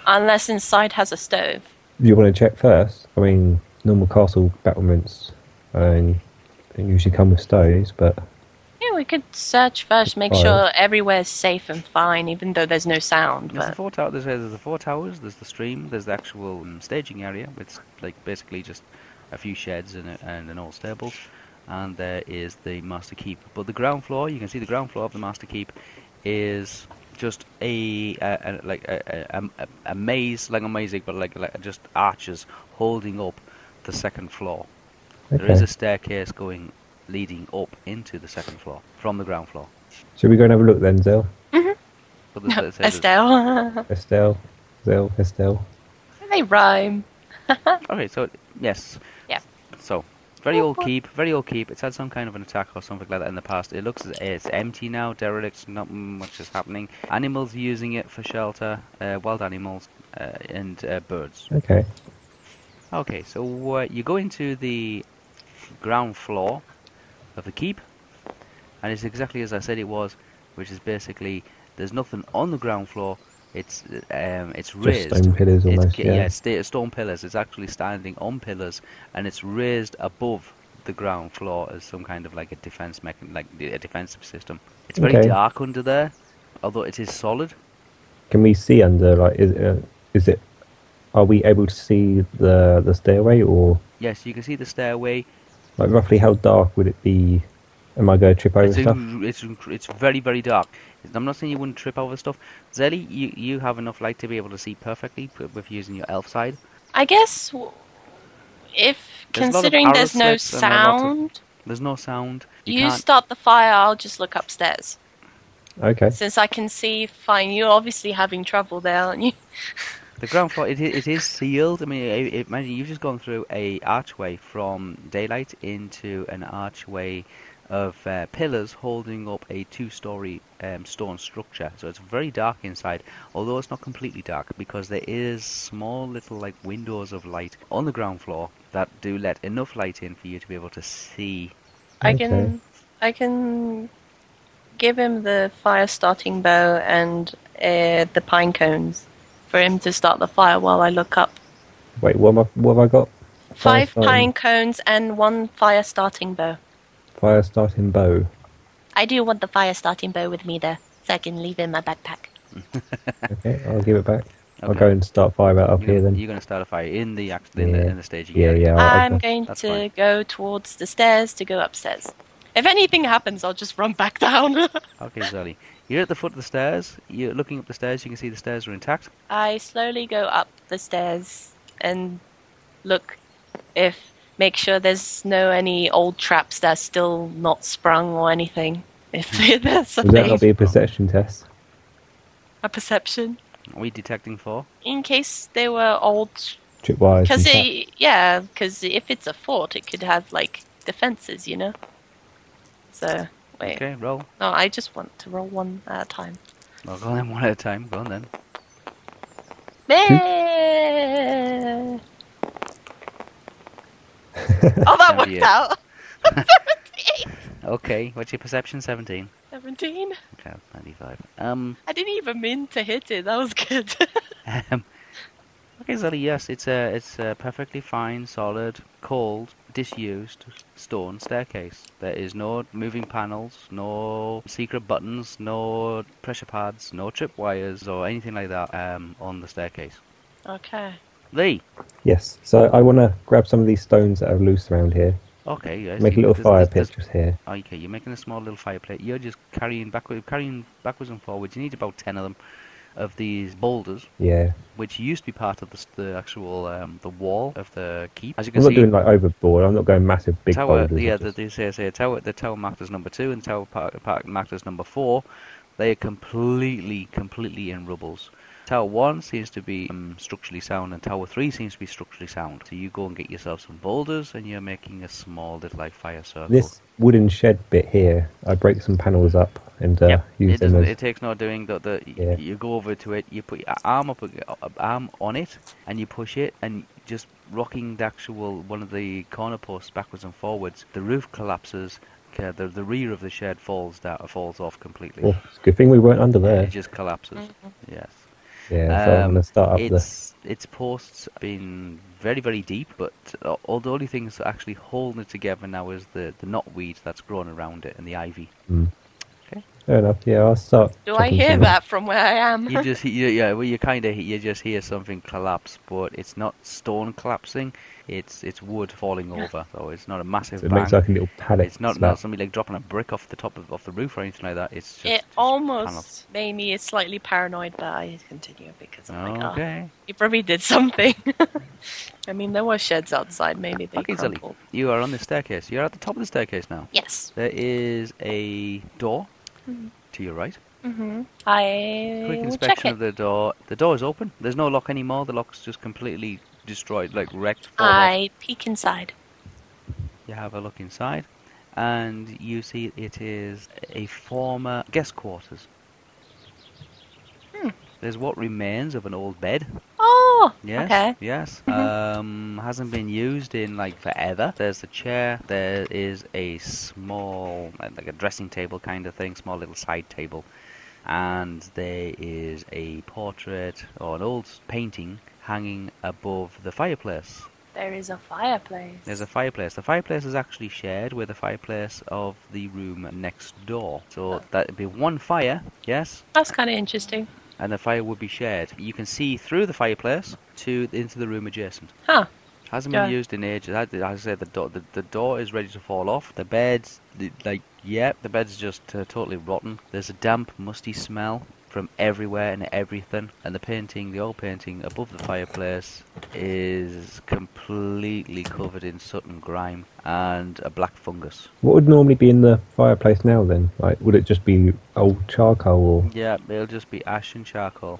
[SPEAKER 3] unless inside has a stove.
[SPEAKER 2] you want to check first? I mean, normal castle battlements um, they usually come with stoves, but
[SPEAKER 3] Yeah, we could search first, make
[SPEAKER 2] Fire.
[SPEAKER 3] sure everywhere's safe and fine, even though there's no sound.
[SPEAKER 1] There's the
[SPEAKER 3] But
[SPEAKER 1] four tower. There's, there's the four towers. There's the stream. There's the actual um, staging area. It's like basically just a few sheds and, a, and an old stable. And there is the master keep. But the ground floor, you can see the ground floor of the master keep is just a, a, a like a, a, a, a maze, like a maze, but like, like just arches holding up the second floor. There is
[SPEAKER 2] Okay.
[SPEAKER 1] a staircase going leading up into the second floor from the ground floor.
[SPEAKER 2] should we go and have a look then, Zell?
[SPEAKER 1] But there's- there's- there's-
[SPEAKER 3] Estelle,
[SPEAKER 2] Estelle, Zell, Estelle.
[SPEAKER 3] they rhyme.
[SPEAKER 1] Okay, so yes.
[SPEAKER 3] Yeah.
[SPEAKER 1] So very
[SPEAKER 3] Boop,
[SPEAKER 1] old
[SPEAKER 3] boop.
[SPEAKER 1] keep, very old keep. It's had some kind of an attack or something like that in the past. It looks as it's empty now, derelict. Not much is happening. Animals using it for shelter, uh, wild animals uh, and uh, birds.
[SPEAKER 2] Okay,
[SPEAKER 1] Okay, so uh, you go into the ground floor of the keep, and it's exactly as I said it was, which is basically there's nothing on the ground floor. It's uh, um, it's raised.
[SPEAKER 2] just stone pillars
[SPEAKER 1] It's,
[SPEAKER 2] almost.
[SPEAKER 1] ca-
[SPEAKER 2] yeah.
[SPEAKER 1] yeah, sta- stone pillars. It's actually standing on pillars, and it's raised above the ground floor as some kind of like a defense mechan- like the- a defensive system. It's very
[SPEAKER 2] Okay.
[SPEAKER 1] dark under there, although it is solid.
[SPEAKER 2] Can we see under? Like, is uh, is it? Are we able to see the the stairway, or
[SPEAKER 1] Yes, you can see the stairway.
[SPEAKER 2] like roughly how dark would it be? Am I going to trip over
[SPEAKER 1] It's,
[SPEAKER 2] stuff?
[SPEAKER 1] in- it's in- it's very very dark. I'm not saying you wouldn't trip over stuff. Zelly, you you have enough light to be able to see perfectly p- with using your elf side.
[SPEAKER 3] I guess w- if
[SPEAKER 1] There's a lot of
[SPEAKER 3] considering
[SPEAKER 1] arrow
[SPEAKER 3] there's no
[SPEAKER 1] slits and a lot of-
[SPEAKER 3] sound,
[SPEAKER 1] There's no sound.
[SPEAKER 3] You,
[SPEAKER 1] can't-
[SPEAKER 3] start the fire, I'll just look upstairs.
[SPEAKER 2] Okay.
[SPEAKER 3] Since I can see fine, you're obviously having trouble there, aren't you?
[SPEAKER 1] The ground floor, it, i- it is sealed. I mean, i- i- imagine you've just gone through a archway from daylight into an archway of uh, pillars holding up a two-story um, stone structure. So it's very dark inside, although it's not completely dark because there is small little like windows of light on the ground floor that do let enough light in for you to be able to see.
[SPEAKER 3] I
[SPEAKER 2] Okay.
[SPEAKER 3] can I can give him the fire starting bow and uh, the pine cones for him to start the fire while I look up.
[SPEAKER 2] Wait, what, am I, what have I got? Fire
[SPEAKER 3] Five
[SPEAKER 2] starting-
[SPEAKER 3] pine cones and one fire starting bow.
[SPEAKER 2] Fire starting bow.
[SPEAKER 3] I do want the fire starting bow with me there, so I can leave in my backpack.
[SPEAKER 2] Okay, I'll give it back. I'll
[SPEAKER 1] Okay.
[SPEAKER 2] go and start fire out up
[SPEAKER 1] You're
[SPEAKER 2] here
[SPEAKER 1] gonna,
[SPEAKER 2] then.
[SPEAKER 1] you're going to start a fire in the, act, in, the
[SPEAKER 2] Yeah.
[SPEAKER 1] in the stage.
[SPEAKER 2] Yeah, yeah. I'll- I'll
[SPEAKER 3] I'm
[SPEAKER 2] go.
[SPEAKER 3] going
[SPEAKER 1] That's
[SPEAKER 3] to
[SPEAKER 1] fine.
[SPEAKER 3] go towards the stairs to go upstairs. If anything happens, I'll just run back down.
[SPEAKER 1] Okay, Zoli. You're at the foot of the stairs. You're looking up the stairs. You can see the stairs are intact.
[SPEAKER 3] I slowly go up the stairs and look if make sure there's no any old traps that's still not sprung or anything. If
[SPEAKER 2] Would Hmm.
[SPEAKER 3] there's
[SPEAKER 2] that not
[SPEAKER 3] something
[SPEAKER 2] be a perception test?
[SPEAKER 3] a perception
[SPEAKER 1] Are we detecting four?
[SPEAKER 3] in case they were old,
[SPEAKER 2] Tripwires.
[SPEAKER 3] because
[SPEAKER 2] and
[SPEAKER 3] they yeah, because if it's a fort, it could have like defenses, you know. So wait,
[SPEAKER 1] Okay, roll.
[SPEAKER 3] no, I just want to roll one at a time.
[SPEAKER 1] Well, go on then one at a time. Go on then.
[SPEAKER 2] Hmm?
[SPEAKER 3] Meh. oh, that
[SPEAKER 1] Oh,
[SPEAKER 3] worked
[SPEAKER 1] yeah.
[SPEAKER 3] out.
[SPEAKER 1] Okay, what's your perception? 17.
[SPEAKER 3] 17.
[SPEAKER 1] Okay, 95. Um,
[SPEAKER 3] I didn't even mean to hit it. That was good.
[SPEAKER 1] um, okay, Zoli, yes, it's a, it's a perfectly fine, solid, cold, disused stone staircase. There is no moving panels, no secret buttons, no pressure pads, no trip wires or anything like that um, on the staircase.
[SPEAKER 3] okay.
[SPEAKER 1] Lee!
[SPEAKER 2] Yes. So I want to grab some of these stones that are loose around here.
[SPEAKER 1] Okay, yes.
[SPEAKER 2] Make a
[SPEAKER 1] you-
[SPEAKER 2] little
[SPEAKER 1] there's-
[SPEAKER 2] fire
[SPEAKER 1] there's- there's-
[SPEAKER 2] pit just here.
[SPEAKER 1] Oh, Okay, you're making a small little fireplace. You're just carrying backwards, carrying backwards and forwards. You need about ten of them, of these boulders,
[SPEAKER 2] Yeah.
[SPEAKER 1] which used to be part of the, s- the actual um, the wall of the keep. As you
[SPEAKER 2] I'm
[SPEAKER 1] can
[SPEAKER 2] not
[SPEAKER 1] see,
[SPEAKER 2] doing like overboard. I'm not going massive big
[SPEAKER 1] tower.
[SPEAKER 2] boulders.
[SPEAKER 1] yeah,
[SPEAKER 2] I'm
[SPEAKER 1] the,
[SPEAKER 2] just-
[SPEAKER 1] the, say, say, tower. The tower marked as number two and tower park, park marked as number four. They are completely, completely in rubbles. Tower one seems to be um, structurally sound, and tower three seems to be structurally sound. So you go and get yourself some boulders, and you're making a small little like fire circle.
[SPEAKER 2] This wooden shed bit here, I break some panels up and uh,
[SPEAKER 1] Yep,
[SPEAKER 2] use
[SPEAKER 1] it
[SPEAKER 2] them
[SPEAKER 1] doesn't.
[SPEAKER 2] as.
[SPEAKER 1] It takes no doing. That the, y-
[SPEAKER 2] Yeah.
[SPEAKER 1] you go over to it, you put your arm up, ag- uh, arm on it, and you push it, and just rocking the actual one of the corner posts backwards and forwards. The roof collapses. ca- The the rear of the shed falls down, falls off completely.
[SPEAKER 2] Well, it's a good thing we weren't under
[SPEAKER 1] Yeah,
[SPEAKER 2] Oh, there.
[SPEAKER 1] It just collapses. Yes.
[SPEAKER 2] Yeah, so I'm
[SPEAKER 1] Um,
[SPEAKER 2] going to start up the.
[SPEAKER 1] Its its posts have been very very deep, but uh, all the only things actually holding it together now is the the knotweed that's grown around it and the ivy.
[SPEAKER 2] Mm.
[SPEAKER 1] Okay.
[SPEAKER 2] Fair enough. Yeah, I'll start.
[SPEAKER 3] Do I
[SPEAKER 2] chucking
[SPEAKER 3] hear
[SPEAKER 2] some-
[SPEAKER 3] that from where I am?
[SPEAKER 1] you just you, yeah well you kind of you just hear something collapse but it's not stone collapsing it's it's wood falling over so it's not a massive
[SPEAKER 2] So it
[SPEAKER 1] bang
[SPEAKER 2] makes like a little pallet.
[SPEAKER 1] it's not,
[SPEAKER 2] slap.
[SPEAKER 1] not somebody like dropping a brick off the top of, off the roof or anything like that it's just
[SPEAKER 3] it
[SPEAKER 1] just panels.
[SPEAKER 3] almost made me slightly paranoid, but I continue because I'm like, oh,
[SPEAKER 1] okay
[SPEAKER 3] you probably did something. I mean, there were sheds outside. Maybe they
[SPEAKER 1] okay Zilly,
[SPEAKER 3] crumpled.
[SPEAKER 1] you are on the staircase you're at the top of the staircase now
[SPEAKER 3] Yes.
[SPEAKER 1] there is a door to your right
[SPEAKER 3] Mm-hmm. I
[SPEAKER 1] quick
[SPEAKER 3] will check
[SPEAKER 1] inspection
[SPEAKER 3] it.
[SPEAKER 1] of the door the door is open there's no lock anymore the lock's just completely destroyed like wrecked fallen off.
[SPEAKER 3] I peek inside.
[SPEAKER 1] You have a look inside, and you see it is a former guest quarters.
[SPEAKER 3] Hmm.
[SPEAKER 1] There's what remains of an old bed.
[SPEAKER 3] Oh,
[SPEAKER 1] Yes.
[SPEAKER 3] okay.
[SPEAKER 1] Yes.
[SPEAKER 3] Mhm.
[SPEAKER 1] Um, hasn't been used in like forever. There's a chair. There is a small, like a dressing table kind of thing, small little side table, and there is a portrait or an old painting hanging above the fireplace.
[SPEAKER 3] There is a fireplace.
[SPEAKER 1] There's a fireplace. The fireplace is actually shared with the fireplace of the room next door. So that'd be one fire, yes,
[SPEAKER 3] That's kind of interesting.
[SPEAKER 1] and the fire would be shared. You can see through the fireplace to into the room adjacent.
[SPEAKER 3] Huh.
[SPEAKER 1] Hasn't
[SPEAKER 3] Yeah.
[SPEAKER 1] been used in ages. As as I said, the door the, the door is ready to fall off. The bed's the- like yeah, the bed's just uh, totally rotten. There's a damp, musty smell from everywhere and everything. And the painting, the old painting above the fireplace, is completely covered in soot and grime and a black fungus.
[SPEAKER 2] What would normally be in the fireplace now then? Like, would it just be old charcoal or.
[SPEAKER 1] Yeah, it'll just be ash and charcoal.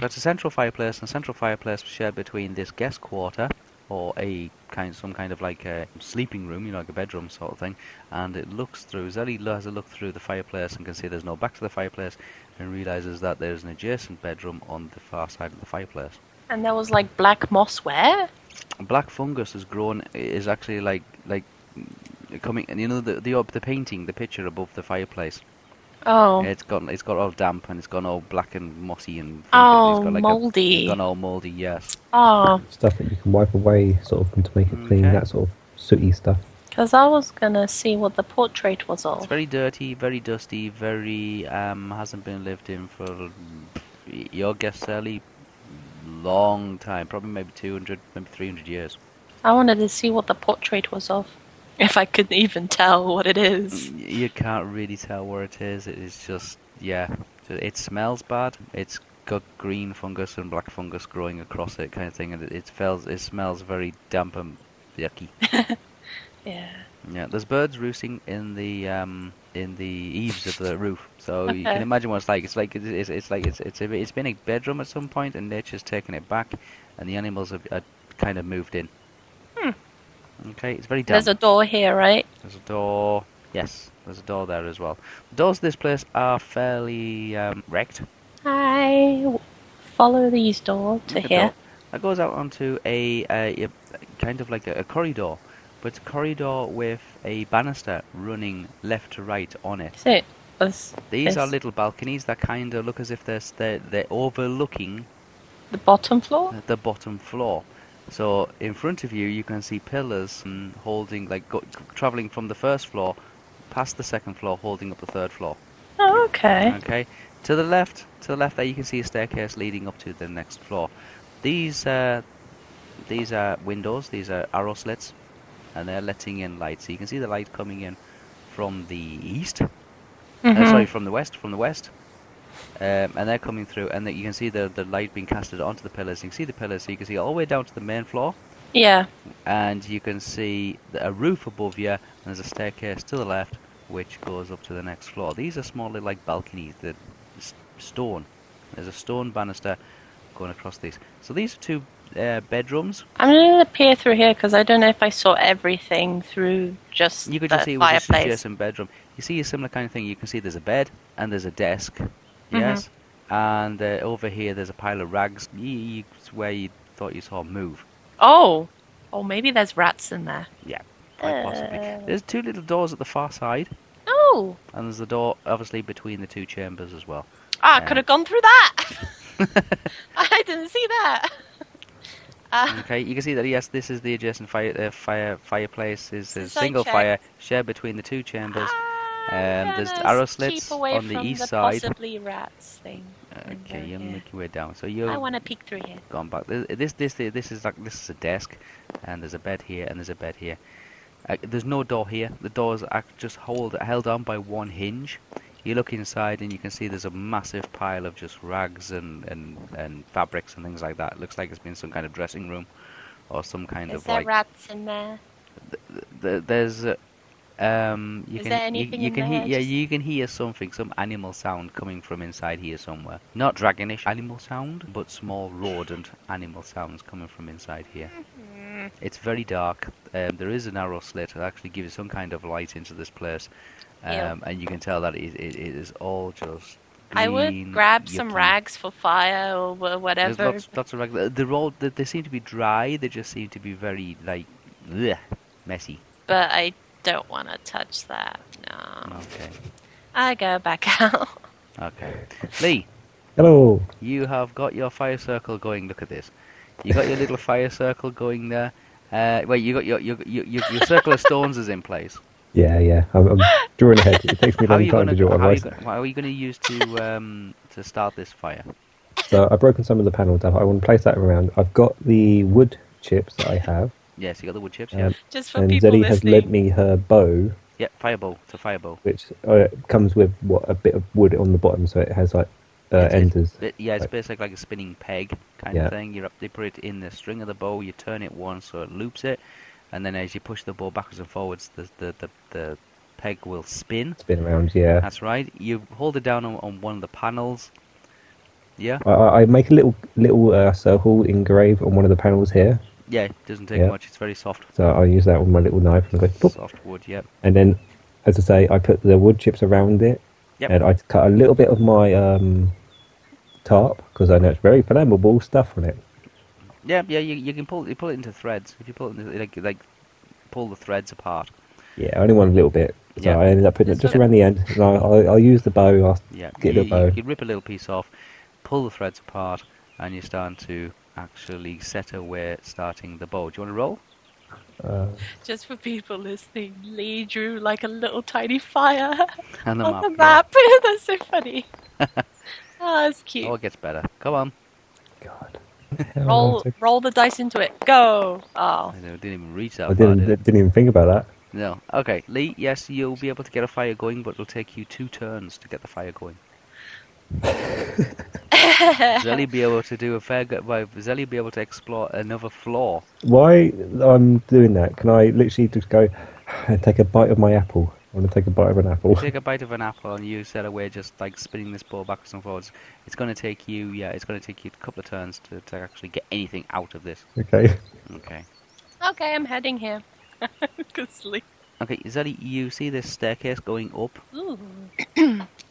[SPEAKER 1] That's a central fireplace, and central fireplace was shared between this guest quarter, or a kind, some kind of like a sleeping room, you know, like a bedroom sort of thing. And it looks through. Zelly lo- has a look through the fireplace and can see there's no back to the fireplace, and realizes that there's an adjacent bedroom on the far side of the fireplace.
[SPEAKER 3] And there was like black moss where?
[SPEAKER 1] Black fungus has grown. Is actually like like coming, and you know the the the painting, the picture above the fireplace.
[SPEAKER 3] Oh.
[SPEAKER 1] It's gone. It's got all damp and it's gone all black and mossy and.
[SPEAKER 3] Oh,
[SPEAKER 1] it's got like A,
[SPEAKER 3] moldy.
[SPEAKER 1] it's gone all moldy. Yes.
[SPEAKER 3] Oh,
[SPEAKER 2] Stuff that you can wipe away, sort of, to make it clean,
[SPEAKER 1] Okay.
[SPEAKER 2] that sort of sooty stuff.
[SPEAKER 3] because I was gonna see what the portrait was
[SPEAKER 1] It's
[SPEAKER 3] of.
[SPEAKER 1] very dirty, very dusty, very um hasn't been lived in for mm, your guess, Sally. Long time, probably maybe two hundred, maybe three hundred years.
[SPEAKER 3] I wanted to see what the portrait was of. If I could even tell what it is.
[SPEAKER 1] Y- You can't really tell where it is. It is just yeah. So It smells bad. It's got green fungus and black fungus growing across it, kind of thing, and it, it feels it smells very damp and yucky.
[SPEAKER 3] Yeah.
[SPEAKER 1] Yeah, there's birds roosting in the um in the eaves of the roof, so you can
[SPEAKER 3] Okay.
[SPEAKER 1] imagine what it's like. It's like it's it's, it's like it's it's a, it's been a bedroom at some point, and nature's taken it back, and the animals have, are kind of moved in. Hmm. Okay, it's very damp.
[SPEAKER 3] There's a door here, right?
[SPEAKER 1] There's a door. Yes, there's a door there as well. The doors of this place are fairly um, wrecked.
[SPEAKER 3] I w- follow these door to
[SPEAKER 1] Look at
[SPEAKER 3] here.
[SPEAKER 1] That That goes out onto a, a, a kind of like a, a corridor, but it's a corridor with a banister running left to right on it.
[SPEAKER 3] So it was
[SPEAKER 1] These are
[SPEAKER 3] Yes.
[SPEAKER 1] little balconies that kind of look as if they're, s- they're, they're overlooking
[SPEAKER 3] the bottom floor?
[SPEAKER 1] the bottom floor. So in front of you, you can see pillars mm, holding, like, go, traveling from the first floor past the second floor, holding up the third floor.
[SPEAKER 3] Oh, okay.
[SPEAKER 1] Okay. To the left, to the left there, you can see a staircase leading up to the next floor. These, uh, these are windows. These are arrow slits, and they're letting in light. So you can see the light coming in from the east. Uh,
[SPEAKER 3] Mhm.
[SPEAKER 1] sorry, from the west, from the west. Um, and they're coming through, and that you can see the the light being casted onto the pillars. You can see the pillars, so you can see all the way down to the main floor,
[SPEAKER 3] Yeah.
[SPEAKER 1] and you can see th- a roof above you, and there's a staircase to the left, which goes up to the next floor. These are small little like balconies, the s- stone. There's a stone banister going across these. So these are two uh, bedrooms.
[SPEAKER 3] I'm gonna peer through here because I don't know if I saw everything through just
[SPEAKER 1] You could
[SPEAKER 3] the
[SPEAKER 1] just see it was just an
[SPEAKER 3] fireplace.
[SPEAKER 1] adjacent bedroom. You see a similar kind of thing. You can see there's a bed and there's a desk.
[SPEAKER 3] Mhm.
[SPEAKER 1] Yes. And uh, over here there's a pile of rags. Y- y- It's where you thought you saw a move.
[SPEAKER 3] Oh, oh, maybe there's rats in there.
[SPEAKER 1] Yeah, quite possibly.
[SPEAKER 3] Uh.
[SPEAKER 1] There's two little doors at the far side,
[SPEAKER 3] Oh,
[SPEAKER 1] and there's the door obviously between the two chambers as well. Yeah.
[SPEAKER 3] ah, I could have gone through that. I didn't see that. Uh,
[SPEAKER 1] Okay, you can see that yes, this is the adjacent fire uh, fire fireplace. Is a
[SPEAKER 3] Since I
[SPEAKER 1] single
[SPEAKER 3] checked-
[SPEAKER 1] fire shared between the two chambers.
[SPEAKER 3] Ah. I'm
[SPEAKER 1] um, there's
[SPEAKER 3] gonna
[SPEAKER 1] arrow
[SPEAKER 3] s-
[SPEAKER 1] slits
[SPEAKER 3] keep away
[SPEAKER 1] on the
[SPEAKER 3] from
[SPEAKER 1] east
[SPEAKER 3] the
[SPEAKER 1] side.
[SPEAKER 3] Possibly rats thing. And
[SPEAKER 1] Okay,
[SPEAKER 3] go
[SPEAKER 1] you
[SPEAKER 3] here.
[SPEAKER 1] make your way down. So
[SPEAKER 3] I
[SPEAKER 1] you're
[SPEAKER 3] want to peek through here.
[SPEAKER 1] gone back. Th- This this this is like this is a desk, and there's a bed here, and there's a bed here. Uh, there's no door here. The doors are act- just hold held on by one hinge. You look inside and you can see there's a massive pile of just rags and, and, and fabrics and things like that. Looks like it's been some kind of dressing room or some kind
[SPEAKER 3] Is
[SPEAKER 1] of
[SPEAKER 3] there
[SPEAKER 1] like
[SPEAKER 3] rats in there?
[SPEAKER 1] th- there's uh, um you
[SPEAKER 3] Is
[SPEAKER 1] can
[SPEAKER 3] there
[SPEAKER 1] you-
[SPEAKER 3] anything
[SPEAKER 1] you,
[SPEAKER 3] in
[SPEAKER 1] can hear
[SPEAKER 3] there?
[SPEAKER 1] yeah
[SPEAKER 3] Just-
[SPEAKER 1] you can hear something some animal sound coming from inside here somewhere not dragonish animal sound but small rodent animal sounds coming from inside here
[SPEAKER 3] Mm,
[SPEAKER 1] it's very dark um, there is an arrow slit that actually gives some kind of light into this place
[SPEAKER 3] Yeah.
[SPEAKER 1] um, and you can tell that it, it, it is all just
[SPEAKER 3] I
[SPEAKER 1] green,
[SPEAKER 3] would grab some
[SPEAKER 1] yucky.
[SPEAKER 3] rags for fire or wha-
[SPEAKER 1] There's
[SPEAKER 3] whatever.
[SPEAKER 1] lots, lots of rags. They're all, they, they seem to be dry. They just seem to be very like, bleh, messy.
[SPEAKER 3] But I don't want to touch that. No.
[SPEAKER 1] Okay.
[SPEAKER 3] I go back out.
[SPEAKER 1] Okay. Lee,
[SPEAKER 2] Hello!
[SPEAKER 1] you have got your fire circle going. Look at this. You got your little fire circle going there. Uh, wait, you got your your, your, your, your circle of stones is in place.
[SPEAKER 2] Yeah, yeah, I'm, I'm drawing ahead. It takes me a
[SPEAKER 1] How are
[SPEAKER 2] long
[SPEAKER 1] you
[SPEAKER 2] time
[SPEAKER 1] gonna
[SPEAKER 2] to draw
[SPEAKER 1] how are you,
[SPEAKER 2] otherwise.
[SPEAKER 1] go- what are you gonna use to um to start this fire?
[SPEAKER 2] So I've broken some of the panels up. I want to place that around. I've got the wood chips that I have,
[SPEAKER 1] Yes, you got the wood chips. Yeah.
[SPEAKER 2] um,
[SPEAKER 3] Just for
[SPEAKER 2] and
[SPEAKER 3] people
[SPEAKER 2] Zeddy has
[SPEAKER 3] listening.
[SPEAKER 2] lent me her bow,
[SPEAKER 1] Yep. Fireball. It's a fireball.
[SPEAKER 2] which uh, comes with what a bit of wood on the bottom, so it has like uh,
[SPEAKER 1] It's- it's
[SPEAKER 2] enders.
[SPEAKER 1] bit- yeah, it's
[SPEAKER 2] Like-
[SPEAKER 1] basically like a spinning peg kind
[SPEAKER 2] Yeah.
[SPEAKER 1] of thing. You they put it in the string of the bow. You turn it once, so it loops it, and then as you push the ball backwards and forwards, the the the, the peg will spin.
[SPEAKER 2] Spin around, yeah.
[SPEAKER 1] That's right. You hold it down on, on one of the panels. Yeah,
[SPEAKER 2] I- I, I make a little little uh, circle engraved on one of the panels here,
[SPEAKER 1] yeah. It doesn't take
[SPEAKER 2] Yeah.
[SPEAKER 1] much. It's very soft,
[SPEAKER 2] so I use that with my little knife and go, boop.
[SPEAKER 1] soft wood. Yeah.
[SPEAKER 2] and then, as I say, I put the wood chips around it,
[SPEAKER 1] Yep.
[SPEAKER 2] and I cut a little bit of my um, tarp because I know it's very flammable stuff on it.
[SPEAKER 1] Yeah, yeah. You, you can pull you pull it into threads. If you pull it into, like like pull the threads apart.
[SPEAKER 2] Yeah, I only want a little bit, so
[SPEAKER 1] Yeah.
[SPEAKER 2] I ended up putting it just
[SPEAKER 3] That's fine.
[SPEAKER 2] around the end. And I, I, I'll use the bow. I'll
[SPEAKER 1] Yeah.
[SPEAKER 2] get
[SPEAKER 1] you,
[SPEAKER 2] the bow.
[SPEAKER 1] you, you rip a little piece off, pull the threads apart, and you're starting to actually set away starting the bow. Do you want to roll?
[SPEAKER 2] Uh,
[SPEAKER 3] Just for people listening, Lee drew like a little tiny fire
[SPEAKER 1] And the
[SPEAKER 3] on
[SPEAKER 1] map.
[SPEAKER 3] the
[SPEAKER 1] yeah.
[SPEAKER 3] map. That's so funny. Ah, it's cute.
[SPEAKER 1] Oh, it gets better. Come on.
[SPEAKER 2] God.
[SPEAKER 3] roll, roll the dice into it. Go. Oh,
[SPEAKER 1] I know, didn't even reach that. far,
[SPEAKER 2] I didn't,
[SPEAKER 1] did it?
[SPEAKER 2] didn't even think about that.
[SPEAKER 1] No. Okay, Lee. Yes, you'll be able to get a fire going, but it'll take you two turns to get the fire going. Zelly be able to do a fair. Go- well, Zelly be able to explore another floor.
[SPEAKER 2] Why I'm doing that? Can I literally just go and take a bite of my apple? I want to take a bite of an apple.
[SPEAKER 1] take a bite of an apple and you set away just like spinning this ball backwards and forwards. It's going to take you, yeah, it's going to take you a couple of turns to, to actually get anything out of this.
[SPEAKER 2] Okay.
[SPEAKER 1] Okay.
[SPEAKER 3] okay, I'm heading here. Good sleep.
[SPEAKER 1] Okay, Zelly, you see this staircase going up,
[SPEAKER 3] Ooh,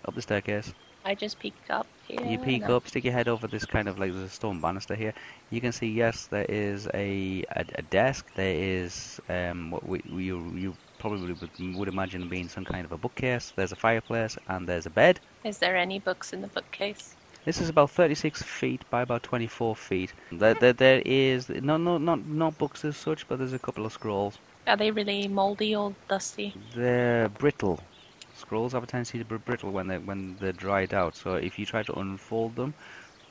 [SPEAKER 1] up the staircase.
[SPEAKER 3] I just peeked up here.
[SPEAKER 1] you peek
[SPEAKER 3] and I-
[SPEAKER 1] up, stick your head over this kind of like there's a stone banister here. You can see, yes, there is a a, a desk. There is um what we, we you, you probably would, would imagine being some kind of a bookcase. There's a fireplace and there's a bed.
[SPEAKER 3] Is there any books in the bookcase?
[SPEAKER 1] This is about 36 feet by about 24 feet. There, there, there is no, no, not not books as such, but there's a couple of scrolls.
[SPEAKER 3] Are they really moldy or dusty?
[SPEAKER 1] They're brittle. Scrolls have a tendency to be brittle when they when they're dried out. So if you try to unfold them,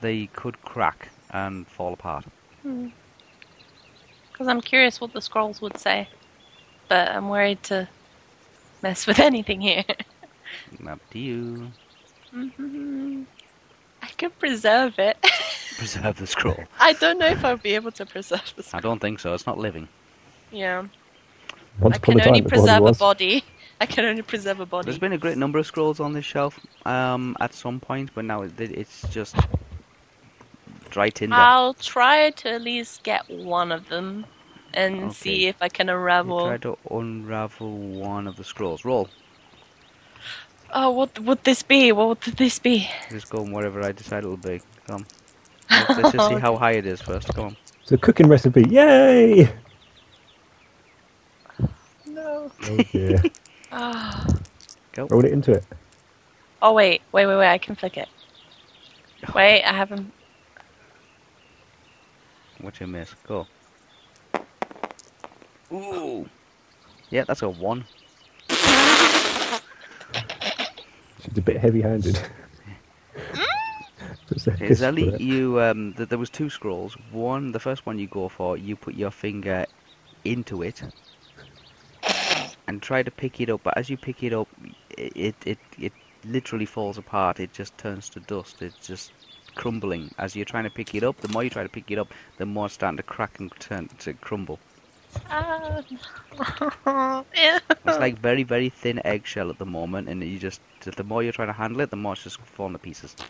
[SPEAKER 1] they could crack and fall apart.
[SPEAKER 3] Because I'm curious what the scrolls would say, but I'm worried to mess with anything here.
[SPEAKER 1] Up to you. Mm-hmm.
[SPEAKER 3] Mhm. I could preserve it.
[SPEAKER 1] Preserve the scroll.
[SPEAKER 3] I don't know if I'll be able to preserve the
[SPEAKER 1] I
[SPEAKER 3] scroll.
[SPEAKER 1] don't think so. It's not living.
[SPEAKER 3] Yeah,
[SPEAKER 2] Once
[SPEAKER 3] I
[SPEAKER 2] upon
[SPEAKER 3] can
[SPEAKER 2] a time,
[SPEAKER 3] only
[SPEAKER 2] it probably
[SPEAKER 3] preserve a
[SPEAKER 2] was.
[SPEAKER 3] body. I can only preserve a body.
[SPEAKER 1] There's been a great number of scrolls on this shelf um, at some point, but now it, it's just dry tinder.
[SPEAKER 3] I'll try to at least get one of them and
[SPEAKER 1] Okay.
[SPEAKER 3] see if I can
[SPEAKER 1] You
[SPEAKER 3] unravel.
[SPEAKER 1] Try to unravel one of the scrolls. Roll.
[SPEAKER 3] Oh, what would this be? What would this be?
[SPEAKER 1] Just go on whatever I decide it'll be. Come. Let's, let's just see how high it is first. Come on.
[SPEAKER 2] It's a cooking recipe. Yay!
[SPEAKER 3] No.
[SPEAKER 2] Oh dear.
[SPEAKER 3] Oh.
[SPEAKER 2] Roll it into it.
[SPEAKER 3] Oh wait, wait, wait, wait! I can flick it. Wait, I haven't.
[SPEAKER 1] What you miss? Go. Ooh. Yeah, that's a one.
[SPEAKER 2] She's a bit heavy-handed. Mm. Just a-
[SPEAKER 1] Okay,
[SPEAKER 2] just
[SPEAKER 1] Zelly,
[SPEAKER 2] for
[SPEAKER 3] e-
[SPEAKER 2] it.
[SPEAKER 1] you um, th- there was two scrolls. One, the first one you go for, you put your finger into it and try to pick it up. But as you pick it up, i- it it it literally falls apart. It just turns to dust. It's just crumbling. As you're trying to pick it up, the more you try to pick it up, the more it's starting to crack and turn to crumble.
[SPEAKER 3] Ah.
[SPEAKER 1] It's like very very thin eggshell at the moment, and you just the more you're trying to handle it, the more it's just falling to pieces.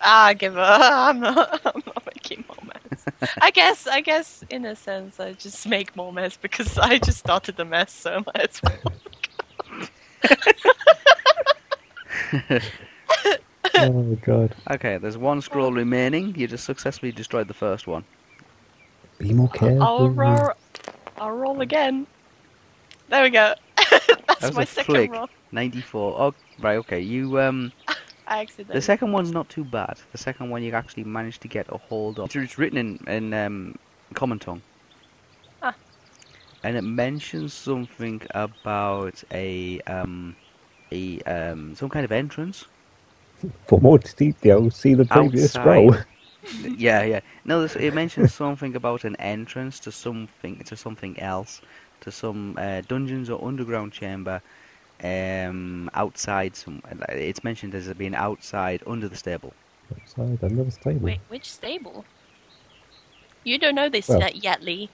[SPEAKER 3] Ah, give up. I'm not. I'm not making more mess. I guess. I guess in a sense, I just make more mess because I just started the mess, so I might as well.
[SPEAKER 2] Oh my god.
[SPEAKER 1] Okay, there's one scroll remaining. You just successfully destroyed the first one.
[SPEAKER 2] Be more careful.
[SPEAKER 3] I'll roll. I'll roll again. There we go. That's
[SPEAKER 1] That was
[SPEAKER 3] my
[SPEAKER 1] a
[SPEAKER 3] second
[SPEAKER 1] flick.
[SPEAKER 3] roll.
[SPEAKER 1] 94. Oh, right, okay. You um
[SPEAKER 3] I accidentally.
[SPEAKER 1] the second one's not too bad. The second one you actually managed to get a hold of. It's- It's written in in um common tongue.
[SPEAKER 3] Ah.
[SPEAKER 1] And it mentions something about a um a um some kind of entrance.
[SPEAKER 2] For more details, see the previous
[SPEAKER 1] Outside.
[SPEAKER 2] scroll.
[SPEAKER 1] yeah, yeah. No, this, it mentions something about an entrance to something to something else, to some uh, dungeons or underground chamber, um, outside some. It's mentioned as being outside under the stable.
[SPEAKER 2] Outside, another stable.
[SPEAKER 3] Wait, which stable? You don't know this
[SPEAKER 2] Well-
[SPEAKER 3] yet, yet, Lee.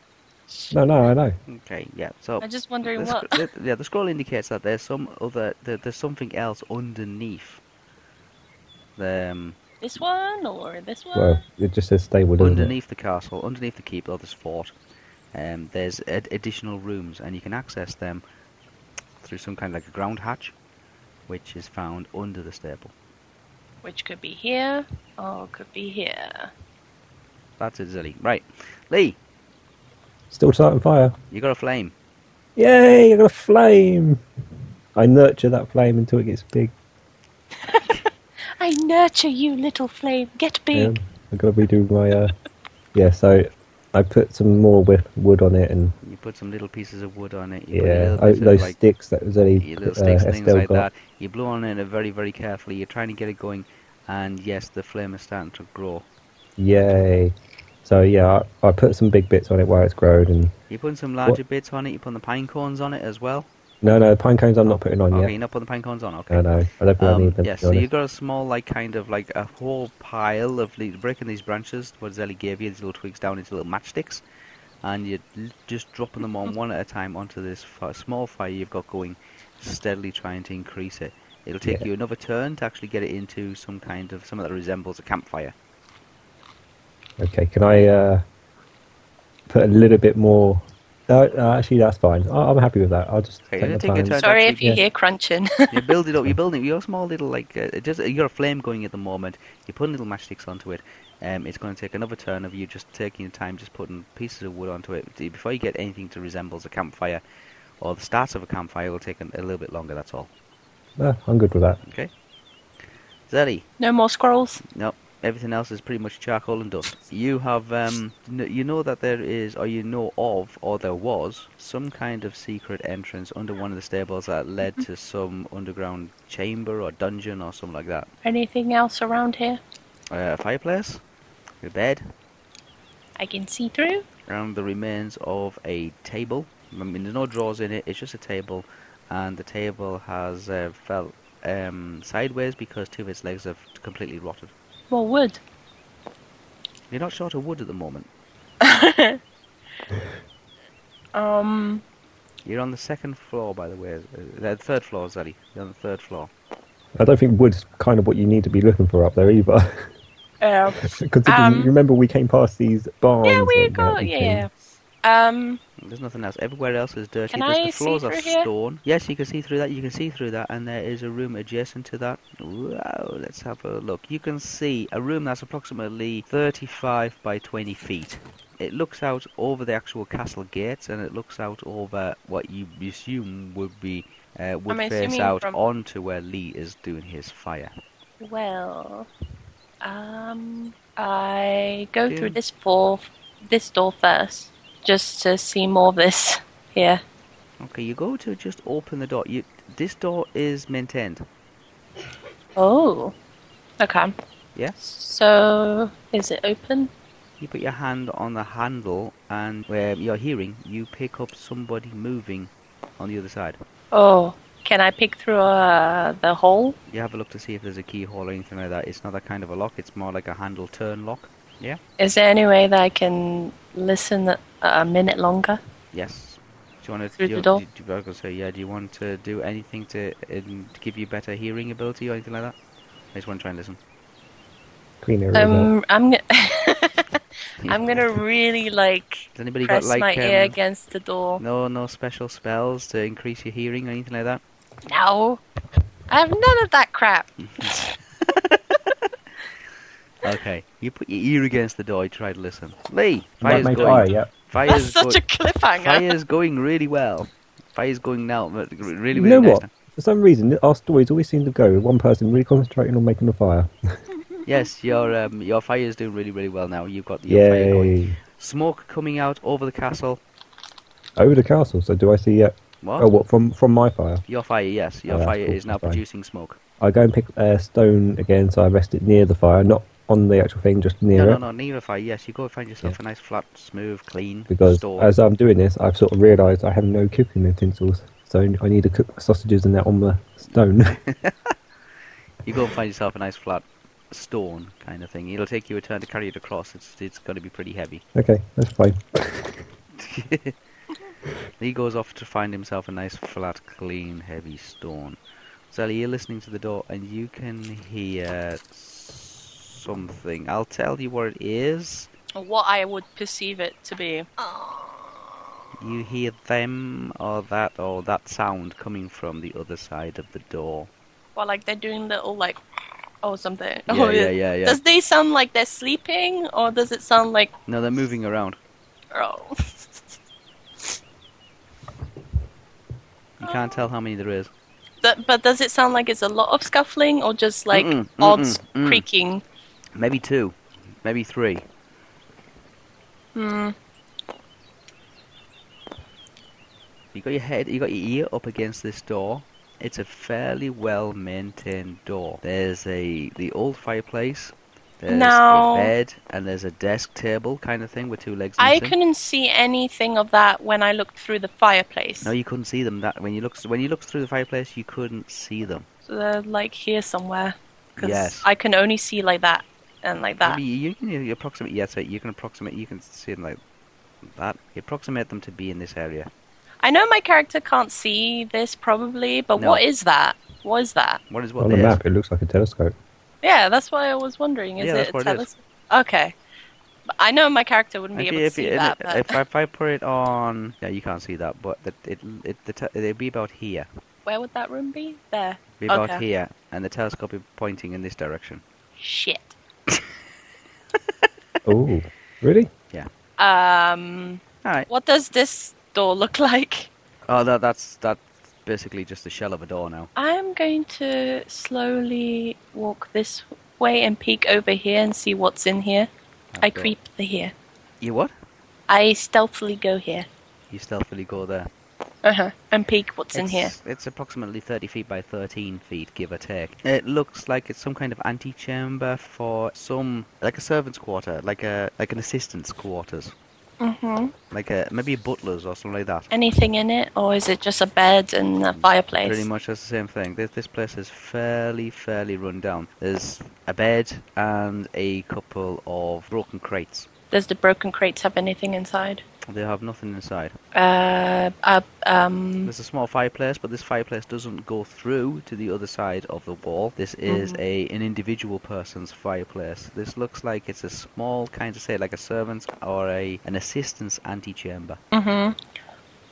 [SPEAKER 2] No, no, I know.
[SPEAKER 1] Okay, yeah. So
[SPEAKER 3] I'm just wondering
[SPEAKER 1] the
[SPEAKER 3] what.
[SPEAKER 1] sc- the- yeah, the scroll indicates that there's some other there, there's something else underneath. The um,
[SPEAKER 3] This one or this one?
[SPEAKER 2] Well, it just says stable, doesn't it?
[SPEAKER 1] underneath the castle, underneath the keep of this fort, um, there's ad- additional rooms, and you can access them through some kind of like a ground hatch, which is found under the stable.
[SPEAKER 3] Which could be here or could be here.
[SPEAKER 1] That's it, Zilly. Right, Lee,
[SPEAKER 2] Still starting fire.
[SPEAKER 1] you got a flame.
[SPEAKER 2] Yay! I got a flame. I nurture that flame until it gets big.
[SPEAKER 3] I nurture you, little flame. Get big.
[SPEAKER 2] Um, I gotta redo my. Uh... Yeah, so I put some more wi- wood on it, and
[SPEAKER 1] You put some little pieces of wood on it. You put a
[SPEAKER 2] yeah,
[SPEAKER 1] little
[SPEAKER 2] I,
[SPEAKER 1] bit of,
[SPEAKER 2] those
[SPEAKER 1] like,
[SPEAKER 2] sticks that was only
[SPEAKER 1] your
[SPEAKER 2] uh,
[SPEAKER 1] little sticks, things
[SPEAKER 2] Estelle
[SPEAKER 1] like
[SPEAKER 2] got.
[SPEAKER 1] that. You blow on it very, very carefully. You're trying to get it going, and yes, the flame is starting to grow.
[SPEAKER 2] Yay! So yeah, I, I put some big bits on it while it's grown, and
[SPEAKER 1] You put some larger bits on it. You put the pine cones on it as well.
[SPEAKER 2] no, no, pine cones I'm not putting on
[SPEAKER 1] Okay,
[SPEAKER 2] yet.
[SPEAKER 1] you're not putting the pine cones on. Okay.
[SPEAKER 2] No, no, I don't think I
[SPEAKER 1] Um,
[SPEAKER 2] need them.
[SPEAKER 1] yeah,
[SPEAKER 2] to be
[SPEAKER 1] so
[SPEAKER 2] honest.
[SPEAKER 1] you got a small, like, kind of like a whole pile of le- breaking these branches, what Zelly gave you, these little twigs down into little matchsticks, and you're l- just dropping them on one at a time onto this fi small fire you've got going, steadily trying to increase it. It'll take
[SPEAKER 2] Yeah.
[SPEAKER 1] you another turn to actually get it into some kind of something that resembles a campfire.
[SPEAKER 2] Okay, can I uh, put a little bit more? No, no, actually, that's fine. I, I'm happy with that. I'll just
[SPEAKER 1] Okay,
[SPEAKER 2] take
[SPEAKER 1] you
[SPEAKER 2] the
[SPEAKER 1] take your
[SPEAKER 2] time.
[SPEAKER 1] turn.
[SPEAKER 3] Sorry
[SPEAKER 1] actually-
[SPEAKER 3] if you
[SPEAKER 2] Yeah.
[SPEAKER 3] hear crunching.
[SPEAKER 1] you build it up. You're building. You're a small little like uh, just you got a flame going at the moment. You're putting little matchsticks onto it. Um, it's going to take another turn of you just taking your time, just putting pieces of wood onto it t- before you get anything to resembles a campfire, or the start of a campfire will take an, a little bit longer. That's all.
[SPEAKER 2] No, I'm good with that.
[SPEAKER 1] Okay. Zelly,
[SPEAKER 3] no more squirrels.
[SPEAKER 1] no, everything else is pretty much charcoal and dust. You have um, n- you know that there is, or you know of, or there was some kind of secret entrance under one of the stables that led to some underground chamber or dungeon or something like that.
[SPEAKER 3] Anything else around here?
[SPEAKER 1] uh, fireplace, a bed,
[SPEAKER 3] I can see through.
[SPEAKER 1] and the remains of a table. I mean, there's no drawers in it. It's just a table, and the table has uh, fell um, sideways because two of its legs have completely rotted.
[SPEAKER 3] More wood.
[SPEAKER 1] You're not short of wood at the moment.
[SPEAKER 3] Um,
[SPEAKER 1] You're on the second floor, by the way. uh, The third floor, Zaddy. You're on the third floor.
[SPEAKER 2] I don't think wood's kind of what you need to be looking for up there either.
[SPEAKER 3] uh,
[SPEAKER 2] Considering
[SPEAKER 3] Um,
[SPEAKER 2] you remember we came past these barns.
[SPEAKER 3] yeah, we
[SPEAKER 2] and that
[SPEAKER 3] got
[SPEAKER 2] and
[SPEAKER 3] yeah.
[SPEAKER 2] things.
[SPEAKER 3] Um,
[SPEAKER 1] There's nothing else. Everywhere else is dirty.
[SPEAKER 3] Can
[SPEAKER 1] There's
[SPEAKER 3] I
[SPEAKER 1] the
[SPEAKER 3] see
[SPEAKER 1] floors are
[SPEAKER 3] through here?
[SPEAKER 1] stone. Yes, you can see through that. You can see through that, and there is a room adjacent to that. Wow, let's have a look. You can see a room that's approximately 35 by 20 feet. It looks out over the actual castle gates, and it looks out over what you assume would be uh, would
[SPEAKER 3] I'm
[SPEAKER 1] face
[SPEAKER 3] assuming
[SPEAKER 1] out
[SPEAKER 3] from-
[SPEAKER 1] onto where Lee is doing his fire.
[SPEAKER 3] well, um, I go through
[SPEAKER 1] Dude.
[SPEAKER 3] this door, this door first, just to see more of this here.
[SPEAKER 1] Okay, you go to just open the door. You this door is maintained.
[SPEAKER 3] Oh, okay.
[SPEAKER 1] Yeah.
[SPEAKER 3] So, is it open?
[SPEAKER 1] You put your hand on the handle, and where you're hearing, you pick up somebody moving on the other side.
[SPEAKER 3] Oh, can I pick through uh, the hole?
[SPEAKER 1] You have a look to see if there's a keyhole or anything like that. It's not that kind of a lock, it's more like a handle turn lock. Yeah?
[SPEAKER 3] Is there any way that I can listen a minute longer?
[SPEAKER 1] Yes. Do you want to
[SPEAKER 3] Through
[SPEAKER 1] do,
[SPEAKER 3] the
[SPEAKER 1] you-
[SPEAKER 3] door?
[SPEAKER 1] do, you- I was gonna say, yeah, do you want to do anything to, um, to give you better hearing ability or anything like that? I just want to try and listen.
[SPEAKER 2] Clean area.
[SPEAKER 3] Um, I'm gonna, I'm gonna really like
[SPEAKER 1] Has anybody
[SPEAKER 3] press
[SPEAKER 1] got like
[SPEAKER 3] my ear
[SPEAKER 1] um,
[SPEAKER 3] against the door.
[SPEAKER 1] no no special spells to increase your hearing or anything like that?
[SPEAKER 3] No, I have none of that crap.
[SPEAKER 1] Okay. You put your ear against the door, you try to listen. Lee,
[SPEAKER 2] Might
[SPEAKER 1] fire's
[SPEAKER 2] make
[SPEAKER 1] going.
[SPEAKER 2] fire, yeah.
[SPEAKER 1] Fire's
[SPEAKER 3] That's such
[SPEAKER 1] going-
[SPEAKER 3] a cliffhanger.
[SPEAKER 1] Fire's going really well. Fire's going now, but r- really, really
[SPEAKER 2] You know
[SPEAKER 1] nice
[SPEAKER 2] what?
[SPEAKER 1] now.
[SPEAKER 2] For some reason, our stories always seem to go with one person really concentrating on making the fire.
[SPEAKER 1] Yes, your um, your fire's doing really, really well now. You've got your fire going.
[SPEAKER 2] Yay!
[SPEAKER 1] Smoke coming out over the castle.
[SPEAKER 2] Over the castle. So do I see? Uh,
[SPEAKER 1] What?
[SPEAKER 2] oh, what from from my fire?
[SPEAKER 1] Your fire, yes. Your
[SPEAKER 2] Oh, that's
[SPEAKER 1] fire
[SPEAKER 2] cool,
[SPEAKER 1] is now
[SPEAKER 2] that's fine.
[SPEAKER 1] producing smoke.
[SPEAKER 2] I go and pick a stone again, so I rest it near the fire, not on the actual thing, just near
[SPEAKER 1] No, no,
[SPEAKER 2] it.
[SPEAKER 1] no, neither fire. Yes, you go find yourself
[SPEAKER 2] Yeah.
[SPEAKER 1] a nice, flat, smooth, clean
[SPEAKER 2] Because
[SPEAKER 1] store.
[SPEAKER 2] as I'm doing this, I've sort of realised I have no cooking utensils, so I need to cook my sausages and that on the stone.
[SPEAKER 1] You go and find yourself a nice, flat stone kind of thing. It'll take you a turn to carry it across. It's it's going to be pretty heavy.
[SPEAKER 2] Okay, that's fine.
[SPEAKER 1] He goes off to find himself a nice, flat, clean, heavy stone. Sally, you're listening to the door, and you can hear something. I'll tell you what it is.
[SPEAKER 3] What I would perceive it to be.
[SPEAKER 1] You hear them or that or that sound coming from the other side of the door.
[SPEAKER 3] Well, like they're doing little like or something.
[SPEAKER 1] Yeah,
[SPEAKER 3] Oh,
[SPEAKER 1] yeah, yeah, yeah.
[SPEAKER 3] Does they sound like they're sleeping, or does it sound like
[SPEAKER 1] No, they're moving around.
[SPEAKER 3] oh?
[SPEAKER 1] You can't tell how many there is.
[SPEAKER 3] That, but does it sound like it's a lot of scuffling, or just like
[SPEAKER 1] Mm-mm,
[SPEAKER 3] odd
[SPEAKER 1] mm-mm, mm.
[SPEAKER 3] creaking?
[SPEAKER 1] Maybe two, maybe three.
[SPEAKER 3] Hmm.
[SPEAKER 1] You got your head, you got your ear up against this door. It's a fairly well maintained door. There's a the old fireplace. There's
[SPEAKER 3] No.
[SPEAKER 1] a bed and there's a desk table kind of thing with two legs.
[SPEAKER 3] I
[SPEAKER 1] missing.
[SPEAKER 3] couldn't see anything of that when I looked through the fireplace.
[SPEAKER 1] No, you couldn't see them. That when you looked when you looked through the fireplace, you couldn't see them.
[SPEAKER 3] So they're like here somewhere. 'cause
[SPEAKER 1] Yes.
[SPEAKER 3] I can only see like that and like that.
[SPEAKER 1] Maybe you, you can you approximate. Yes, so you can approximate. You can see them like that. You approximate them to be in this area.
[SPEAKER 3] I know my character can't see this probably, but
[SPEAKER 1] No.
[SPEAKER 3] what is that? What is that?
[SPEAKER 1] What is what
[SPEAKER 2] On the
[SPEAKER 1] this?
[SPEAKER 2] map, it looks like a telescope.
[SPEAKER 3] Yeah, that's why I was wondering. Is
[SPEAKER 1] Yeah,
[SPEAKER 3] it
[SPEAKER 1] that's
[SPEAKER 3] a
[SPEAKER 1] what it is.
[SPEAKER 3] teles- Okay. But I know my character wouldn't be
[SPEAKER 1] If,
[SPEAKER 3] able
[SPEAKER 1] you,
[SPEAKER 3] to
[SPEAKER 1] if,
[SPEAKER 3] see
[SPEAKER 1] you,
[SPEAKER 3] that,
[SPEAKER 1] and
[SPEAKER 3] but
[SPEAKER 1] if, I- if I put it on, yeah, you can't see that, but the, it it the te- it'd be about here,
[SPEAKER 3] where would that room be? There.
[SPEAKER 1] be about
[SPEAKER 3] Okay.
[SPEAKER 1] here, and the telescope is pointing in this direction.
[SPEAKER 3] Shit.
[SPEAKER 2] Oh, really?
[SPEAKER 3] Um,
[SPEAKER 1] All right.
[SPEAKER 3] what does this door look like?
[SPEAKER 1] Oh, that that's that's basically just the shell of a door now.
[SPEAKER 3] I'm going to slowly walk this way and peek over here and see what's in here. I
[SPEAKER 1] Okay.
[SPEAKER 3] creep the here.
[SPEAKER 1] You what?
[SPEAKER 3] I stealthily go here.
[SPEAKER 1] You stealthily go there.
[SPEAKER 3] Uh huh. And peek what's in here.
[SPEAKER 1] It's- It's approximately 30 feet by 13 feet, give or take. It looks like it's some kind of antechamber for some, like a servant's quarter, like a like an assistant's quarters,
[SPEAKER 3] hmm
[SPEAKER 1] like a maybe a butler's or something like that.
[SPEAKER 3] Anything in it, or is it just a bed and a fireplace?
[SPEAKER 1] Pretty much that's the same thing. This this place is fairly fairly run down. There's a bed and a couple of broken crates.
[SPEAKER 3] Does the broken crates have anything inside?
[SPEAKER 1] They have nothing inside.
[SPEAKER 3] Uh, uh um,
[SPEAKER 1] There's a small fireplace, but this fireplace doesn't go through to the other side of the wall. This is a an individual person's fireplace. This looks like it's a small kind of say like a servant's or a an assistant's antechamber.
[SPEAKER 3] mhm.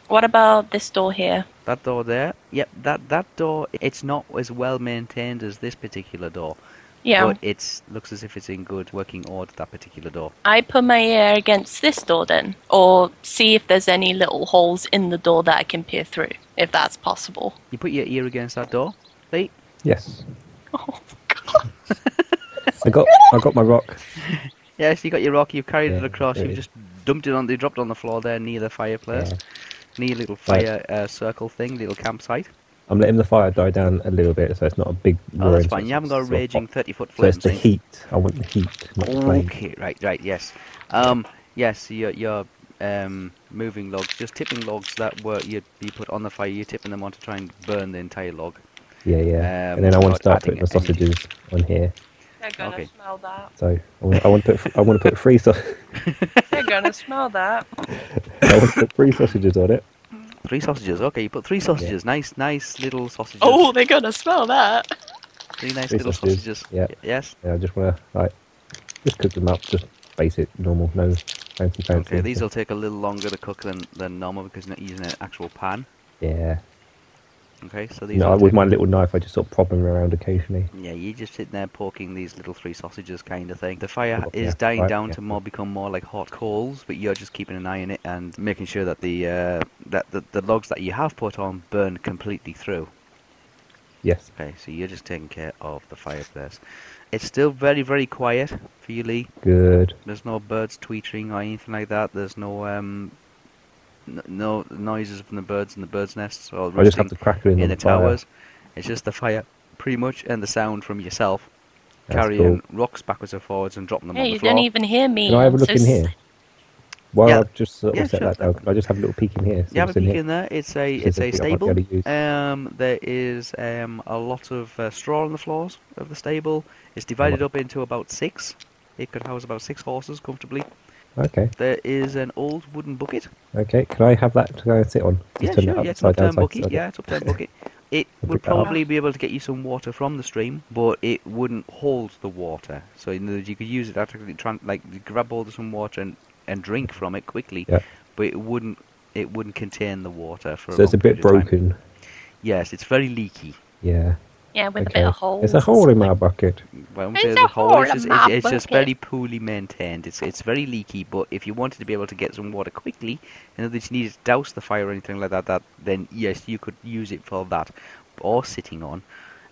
[SPEAKER 3] What about this door here?
[SPEAKER 1] That door there, yep, that that door it's not as well maintained as this particular door.
[SPEAKER 3] Yeah,
[SPEAKER 1] But it's looks as if it's in good working order that particular door.
[SPEAKER 3] I put my ear against this door then, or see if there's any little holes in the door that I can peer through, if that's possible.
[SPEAKER 1] You put your ear against that door. Lee,
[SPEAKER 2] Yes.
[SPEAKER 3] Oh God!
[SPEAKER 2] I got I got my rock.
[SPEAKER 1] yes, you got your rock, you've carried it
[SPEAKER 2] Yeah,
[SPEAKER 1] across,
[SPEAKER 2] there
[SPEAKER 1] you've
[SPEAKER 2] it is.
[SPEAKER 1] just dumped it on you dropped it on the floor there near the fireplace.
[SPEAKER 2] Yeah.
[SPEAKER 1] near little
[SPEAKER 2] Right.
[SPEAKER 1] fire uh, circle thing, little campsite.
[SPEAKER 2] I'm letting the fire die down a little bit, so it's not a big.
[SPEAKER 1] Oh,
[SPEAKER 2] roaring,
[SPEAKER 1] that's
[SPEAKER 2] so
[SPEAKER 1] fine. You
[SPEAKER 2] it's-
[SPEAKER 1] haven't got a
[SPEAKER 2] it's sort of
[SPEAKER 1] raging
[SPEAKER 2] hot.
[SPEAKER 1] thirty foot
[SPEAKER 2] So
[SPEAKER 1] flame.
[SPEAKER 2] it's the
[SPEAKER 1] thing.
[SPEAKER 2] heat. I want the heat, not the flame.
[SPEAKER 1] Okay, right, right, yes. Um, yes, you're you're um moving logs, just tipping logs that were you you put on the fire. You're tipping them on to try and burn the entire log.
[SPEAKER 2] Yeah, yeah.
[SPEAKER 1] Um,
[SPEAKER 2] and then I want
[SPEAKER 1] without
[SPEAKER 2] to start
[SPEAKER 1] adding
[SPEAKER 2] putting the
[SPEAKER 1] anything.
[SPEAKER 2] sausages on here.
[SPEAKER 3] They're
[SPEAKER 1] gonna Okay.
[SPEAKER 3] smell that.
[SPEAKER 2] So I want, I want to put I want to put three sau-
[SPEAKER 3] They're gonna smell that.
[SPEAKER 2] I want to put three sausages on it.
[SPEAKER 1] Three sausages. Okay, you put three sausages. Nice, nice little sausages.
[SPEAKER 3] Oh, they're gonna smell that.
[SPEAKER 1] three nice
[SPEAKER 2] three
[SPEAKER 1] little sausages.
[SPEAKER 2] sausages, yeah.
[SPEAKER 1] Y- Yes.
[SPEAKER 2] Yeah, I just want to like just cook them up, just basic, normal, no fancy, fancy.
[SPEAKER 1] Okay, these will take a little longer to cook than, than normal because you're not using an actual pan.
[SPEAKER 2] Yeah.
[SPEAKER 1] Okay, so these.
[SPEAKER 2] You know,
[SPEAKER 1] will
[SPEAKER 2] I- with
[SPEAKER 1] take-
[SPEAKER 2] my little knife, I just sort of prop them around occasionally.
[SPEAKER 1] Yeah, you just sitting there poking these little three sausages kind of thing. The fire
[SPEAKER 2] Oh,
[SPEAKER 1] is
[SPEAKER 2] yeah,
[SPEAKER 1] dying
[SPEAKER 2] right,
[SPEAKER 1] down
[SPEAKER 2] yeah.
[SPEAKER 1] to more become more like hot coals, but you're just keeping an eye on it and making sure that the uh, that the, the logs that you have put on burn completely through.
[SPEAKER 2] Yes.
[SPEAKER 1] Okay, so you're just taking care of the fireplace. It's still very very quiet for you, Lee.
[SPEAKER 2] Good.
[SPEAKER 1] There's no birds tweetering or anything like that. There's no um n- no noises from the birds in the birds' nests or
[SPEAKER 2] I just
[SPEAKER 1] roosting
[SPEAKER 2] have to crackle in
[SPEAKER 1] in
[SPEAKER 2] on
[SPEAKER 1] the
[SPEAKER 2] fire.
[SPEAKER 1] towers. It's just the fire, pretty much, and the sound from yourself
[SPEAKER 2] That's
[SPEAKER 1] carrying
[SPEAKER 2] cool.
[SPEAKER 1] rocks backwards and forwards and dropping them
[SPEAKER 3] Hey,
[SPEAKER 1] on the
[SPEAKER 3] you
[SPEAKER 1] floor.
[SPEAKER 3] don't even hear me.
[SPEAKER 2] Can I have a
[SPEAKER 3] I'm
[SPEAKER 2] look
[SPEAKER 3] so
[SPEAKER 2] in here?
[SPEAKER 3] s-
[SPEAKER 2] While
[SPEAKER 1] Yeah.
[SPEAKER 2] I've just sort of
[SPEAKER 1] Yeah,
[SPEAKER 2] set
[SPEAKER 1] sure.
[SPEAKER 2] that down, I just have a little peek in here. see
[SPEAKER 1] You have
[SPEAKER 2] what's
[SPEAKER 1] a
[SPEAKER 2] in
[SPEAKER 1] peek
[SPEAKER 2] here.
[SPEAKER 1] in there. It's a
[SPEAKER 2] Which
[SPEAKER 1] it's
[SPEAKER 2] is
[SPEAKER 1] a
[SPEAKER 2] the thing I might
[SPEAKER 1] stable.
[SPEAKER 2] be able to use.
[SPEAKER 1] Um, there is um, a lot of uh, straw on the floors of the stable. It's divided up into about six. It could house about six horses comfortably.
[SPEAKER 2] Okay,
[SPEAKER 1] There is an old wooden bucket.
[SPEAKER 2] okay. Can I have that to go and sit on? Just
[SPEAKER 1] Yeah,
[SPEAKER 2] turn
[SPEAKER 1] sure.
[SPEAKER 2] it
[SPEAKER 1] Yeah, it's an
[SPEAKER 2] upside down,
[SPEAKER 1] upturned
[SPEAKER 2] side to
[SPEAKER 1] bucket.
[SPEAKER 2] side.
[SPEAKER 1] Yeah, it's upturned bucket. It
[SPEAKER 2] I'll
[SPEAKER 1] would
[SPEAKER 2] pick that up.
[SPEAKER 1] probably be able to get you some water from the stream, but it wouldn't hold the water. So in other words, you could use it to actually tran- like grab hold of some water and, and drink from it quickly.
[SPEAKER 2] Yeah.
[SPEAKER 1] But it wouldn't it wouldn't contain the water for.
[SPEAKER 2] So it's a
[SPEAKER 1] long
[SPEAKER 2] bit
[SPEAKER 1] period of time.
[SPEAKER 2] broken.
[SPEAKER 1] Yes, it's very leaky.
[SPEAKER 2] Yeah.
[SPEAKER 3] Yeah, with a
[SPEAKER 2] Okay.
[SPEAKER 3] bit of holes.
[SPEAKER 2] There's a
[SPEAKER 3] and
[SPEAKER 2] hole in
[SPEAKER 3] stuff.
[SPEAKER 2] my bucket.
[SPEAKER 1] Well,
[SPEAKER 3] It's
[SPEAKER 1] there's
[SPEAKER 3] a
[SPEAKER 1] a hole.
[SPEAKER 3] hole
[SPEAKER 1] It's
[SPEAKER 3] in
[SPEAKER 1] just,
[SPEAKER 3] my
[SPEAKER 1] it's, it's just
[SPEAKER 3] bucket.
[SPEAKER 1] very poorly maintained. It's it's very leaky. But if you wanted to be able to get some water quickly, and that you needed to douse the fire or anything like that, that then yes, you could use it for that, or sitting on.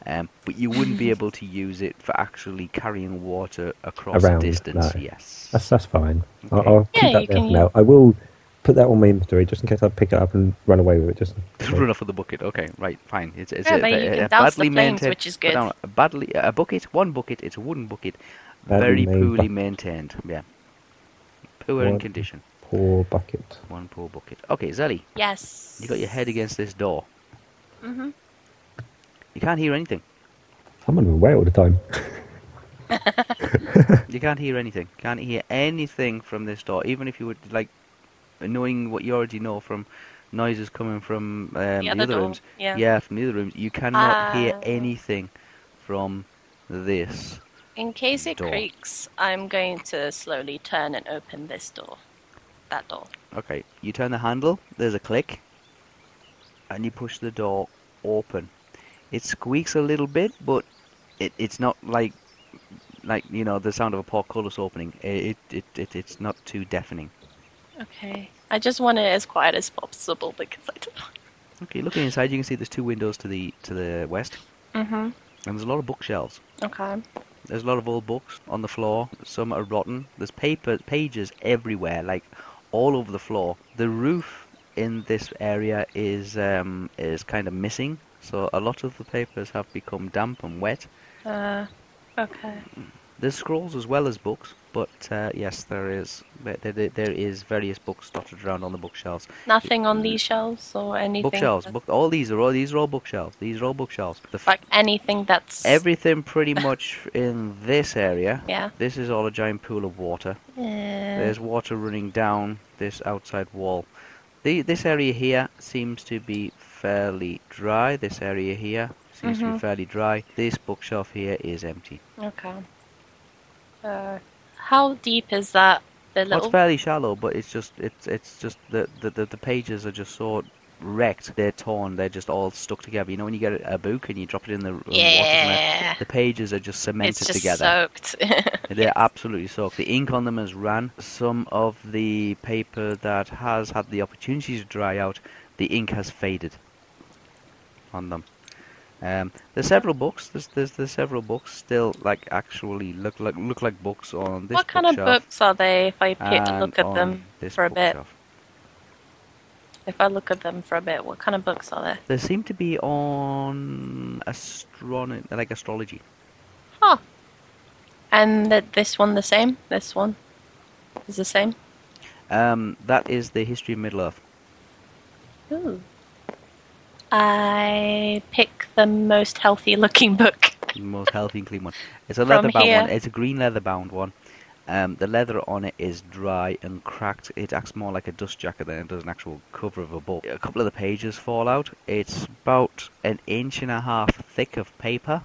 [SPEAKER 1] Um, but you wouldn't be able to use it for actually carrying water across
[SPEAKER 2] Around,
[SPEAKER 1] a distance.
[SPEAKER 2] no.
[SPEAKER 1] Yes.
[SPEAKER 2] That's that's fine. I'll,
[SPEAKER 1] Okay.
[SPEAKER 2] I'll keep
[SPEAKER 3] Yeah, you
[SPEAKER 2] that there for
[SPEAKER 3] can use-
[SPEAKER 2] now. I will put that on my inventory just in case I pick it up and run away with it. Just
[SPEAKER 1] Run off with the bucket. Okay, right, fine. It's, it's
[SPEAKER 3] Yeah,
[SPEAKER 1] a,
[SPEAKER 3] but you
[SPEAKER 1] a-
[SPEAKER 3] can
[SPEAKER 1] a
[SPEAKER 3] douse the
[SPEAKER 1] badly
[SPEAKER 3] flames,
[SPEAKER 1] maintained-
[SPEAKER 3] which is good.
[SPEAKER 1] but no, a badly a bucket, one bucket. It's a wooden bucket,
[SPEAKER 2] Badly
[SPEAKER 1] very
[SPEAKER 2] made
[SPEAKER 1] poorly
[SPEAKER 2] bucket.
[SPEAKER 1] maintained. Yeah, poor in
[SPEAKER 2] One-
[SPEAKER 1] condition.
[SPEAKER 2] poor bucket.
[SPEAKER 1] One poor bucket. Okay, Zelly,
[SPEAKER 3] Yes.
[SPEAKER 1] you got your head against this door.
[SPEAKER 3] hmm
[SPEAKER 1] You can't hear anything.
[SPEAKER 2] I'm on my way all the time.
[SPEAKER 1] You can't hear anything. Can't hear anything from this door, even if you would like, knowing what you already know from noises coming from um,
[SPEAKER 3] The other door.
[SPEAKER 1] rooms.
[SPEAKER 3] Yeah.
[SPEAKER 1] from the other rooms. You cannot hear
[SPEAKER 3] Ah.
[SPEAKER 1] anything from this.
[SPEAKER 3] In case it
[SPEAKER 1] Door.
[SPEAKER 3] creaks, I'm going to slowly turn and open this door. That door.
[SPEAKER 1] Okay, you turn the handle, there's a click, and you push the door open. It squeaks a little bit, but it, it's not like like you know the sound of a portcullis opening. It it, it it's not too deafening.
[SPEAKER 3] Okay. I just want it as quiet as possible because I don't.
[SPEAKER 1] Okay, looking inside, you can see there's two windows to the to the west,
[SPEAKER 3] Mhm.
[SPEAKER 1] and there's a lot of bookshelves.
[SPEAKER 3] Okay.
[SPEAKER 1] There's a lot of old books on the floor. Some are rotten. There's paper pages everywhere, like all over the floor. The roof in this area is um, is kind of missing, so a lot of the papers have become damp and wet.
[SPEAKER 3] Uh. Okay.
[SPEAKER 1] There's scrolls as well as books, but uh, yes, there is there, there, there is various books dotted around on the bookshelves.
[SPEAKER 3] Nothing on these shelves or anything.
[SPEAKER 1] Bookshelves,
[SPEAKER 3] that's-
[SPEAKER 1] book, all these are all these are all bookshelves. These are all bookshelves. The f-
[SPEAKER 3] Like anything that's.
[SPEAKER 1] everything pretty much in this area.
[SPEAKER 3] Yeah.
[SPEAKER 1] This is all a giant pool of water.
[SPEAKER 3] Yeah.
[SPEAKER 1] There's water running down this outside wall. The, this area here seems to be fairly dry. This area here seems to be
[SPEAKER 3] Mhm.
[SPEAKER 1] fairly dry. This bookshelf here is empty.
[SPEAKER 3] Okay. Uh, how deep is that? The
[SPEAKER 1] Well, it's
[SPEAKER 3] little.
[SPEAKER 1] fairly shallow, but it's just it's it's just the the, the, the pages are just so wrecked. They're torn. They're just all stuck together. You know when you get a book and you drop it in the water,
[SPEAKER 3] Yeah.
[SPEAKER 1] the pages are just cemented
[SPEAKER 3] It's just
[SPEAKER 1] together.
[SPEAKER 3] soaked.
[SPEAKER 1] They're absolutely soaked. The ink on them has ran. Some of the paper that has had the opportunity to dry out, the ink has faded on them. Um, there's several books. There's, there's there's several books still like actually look like look like books on this
[SPEAKER 3] what kind of
[SPEAKER 1] bookshelf
[SPEAKER 3] books are they? If I pick,
[SPEAKER 1] and
[SPEAKER 3] look at
[SPEAKER 1] on
[SPEAKER 3] them
[SPEAKER 1] this
[SPEAKER 3] for a bit.
[SPEAKER 1] bookshelf.
[SPEAKER 3] If I look at them for a bit, what kind of books are there?
[SPEAKER 1] They seem to be on astronomy, like astrology.
[SPEAKER 3] Huh. And that this one the same? This one is the same.
[SPEAKER 1] Um, that is the history of Middle Earth.
[SPEAKER 3] Ooh. I pick the most healthy looking book.
[SPEAKER 1] the most healthy and clean one. It's a
[SPEAKER 3] From
[SPEAKER 1] leather bound
[SPEAKER 3] here-
[SPEAKER 1] one. It's a green leather bound one. Um, the leather on it is dry and cracked. It acts more like a dust jacket than it does an actual cover of a book. A couple of the pages fall out. It's about an inch and a half thick of paper.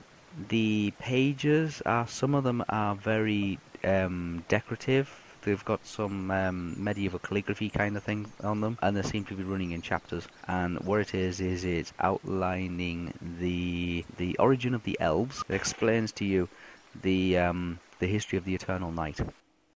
[SPEAKER 1] The pages are some of them are very um, decorative. They've got some um, medieval calligraphy kind of thing on them, and they seem to be running in chapters. And what it is is it's outlining the the origin of the elves. It explains to you the um, the history of the Eternal Night.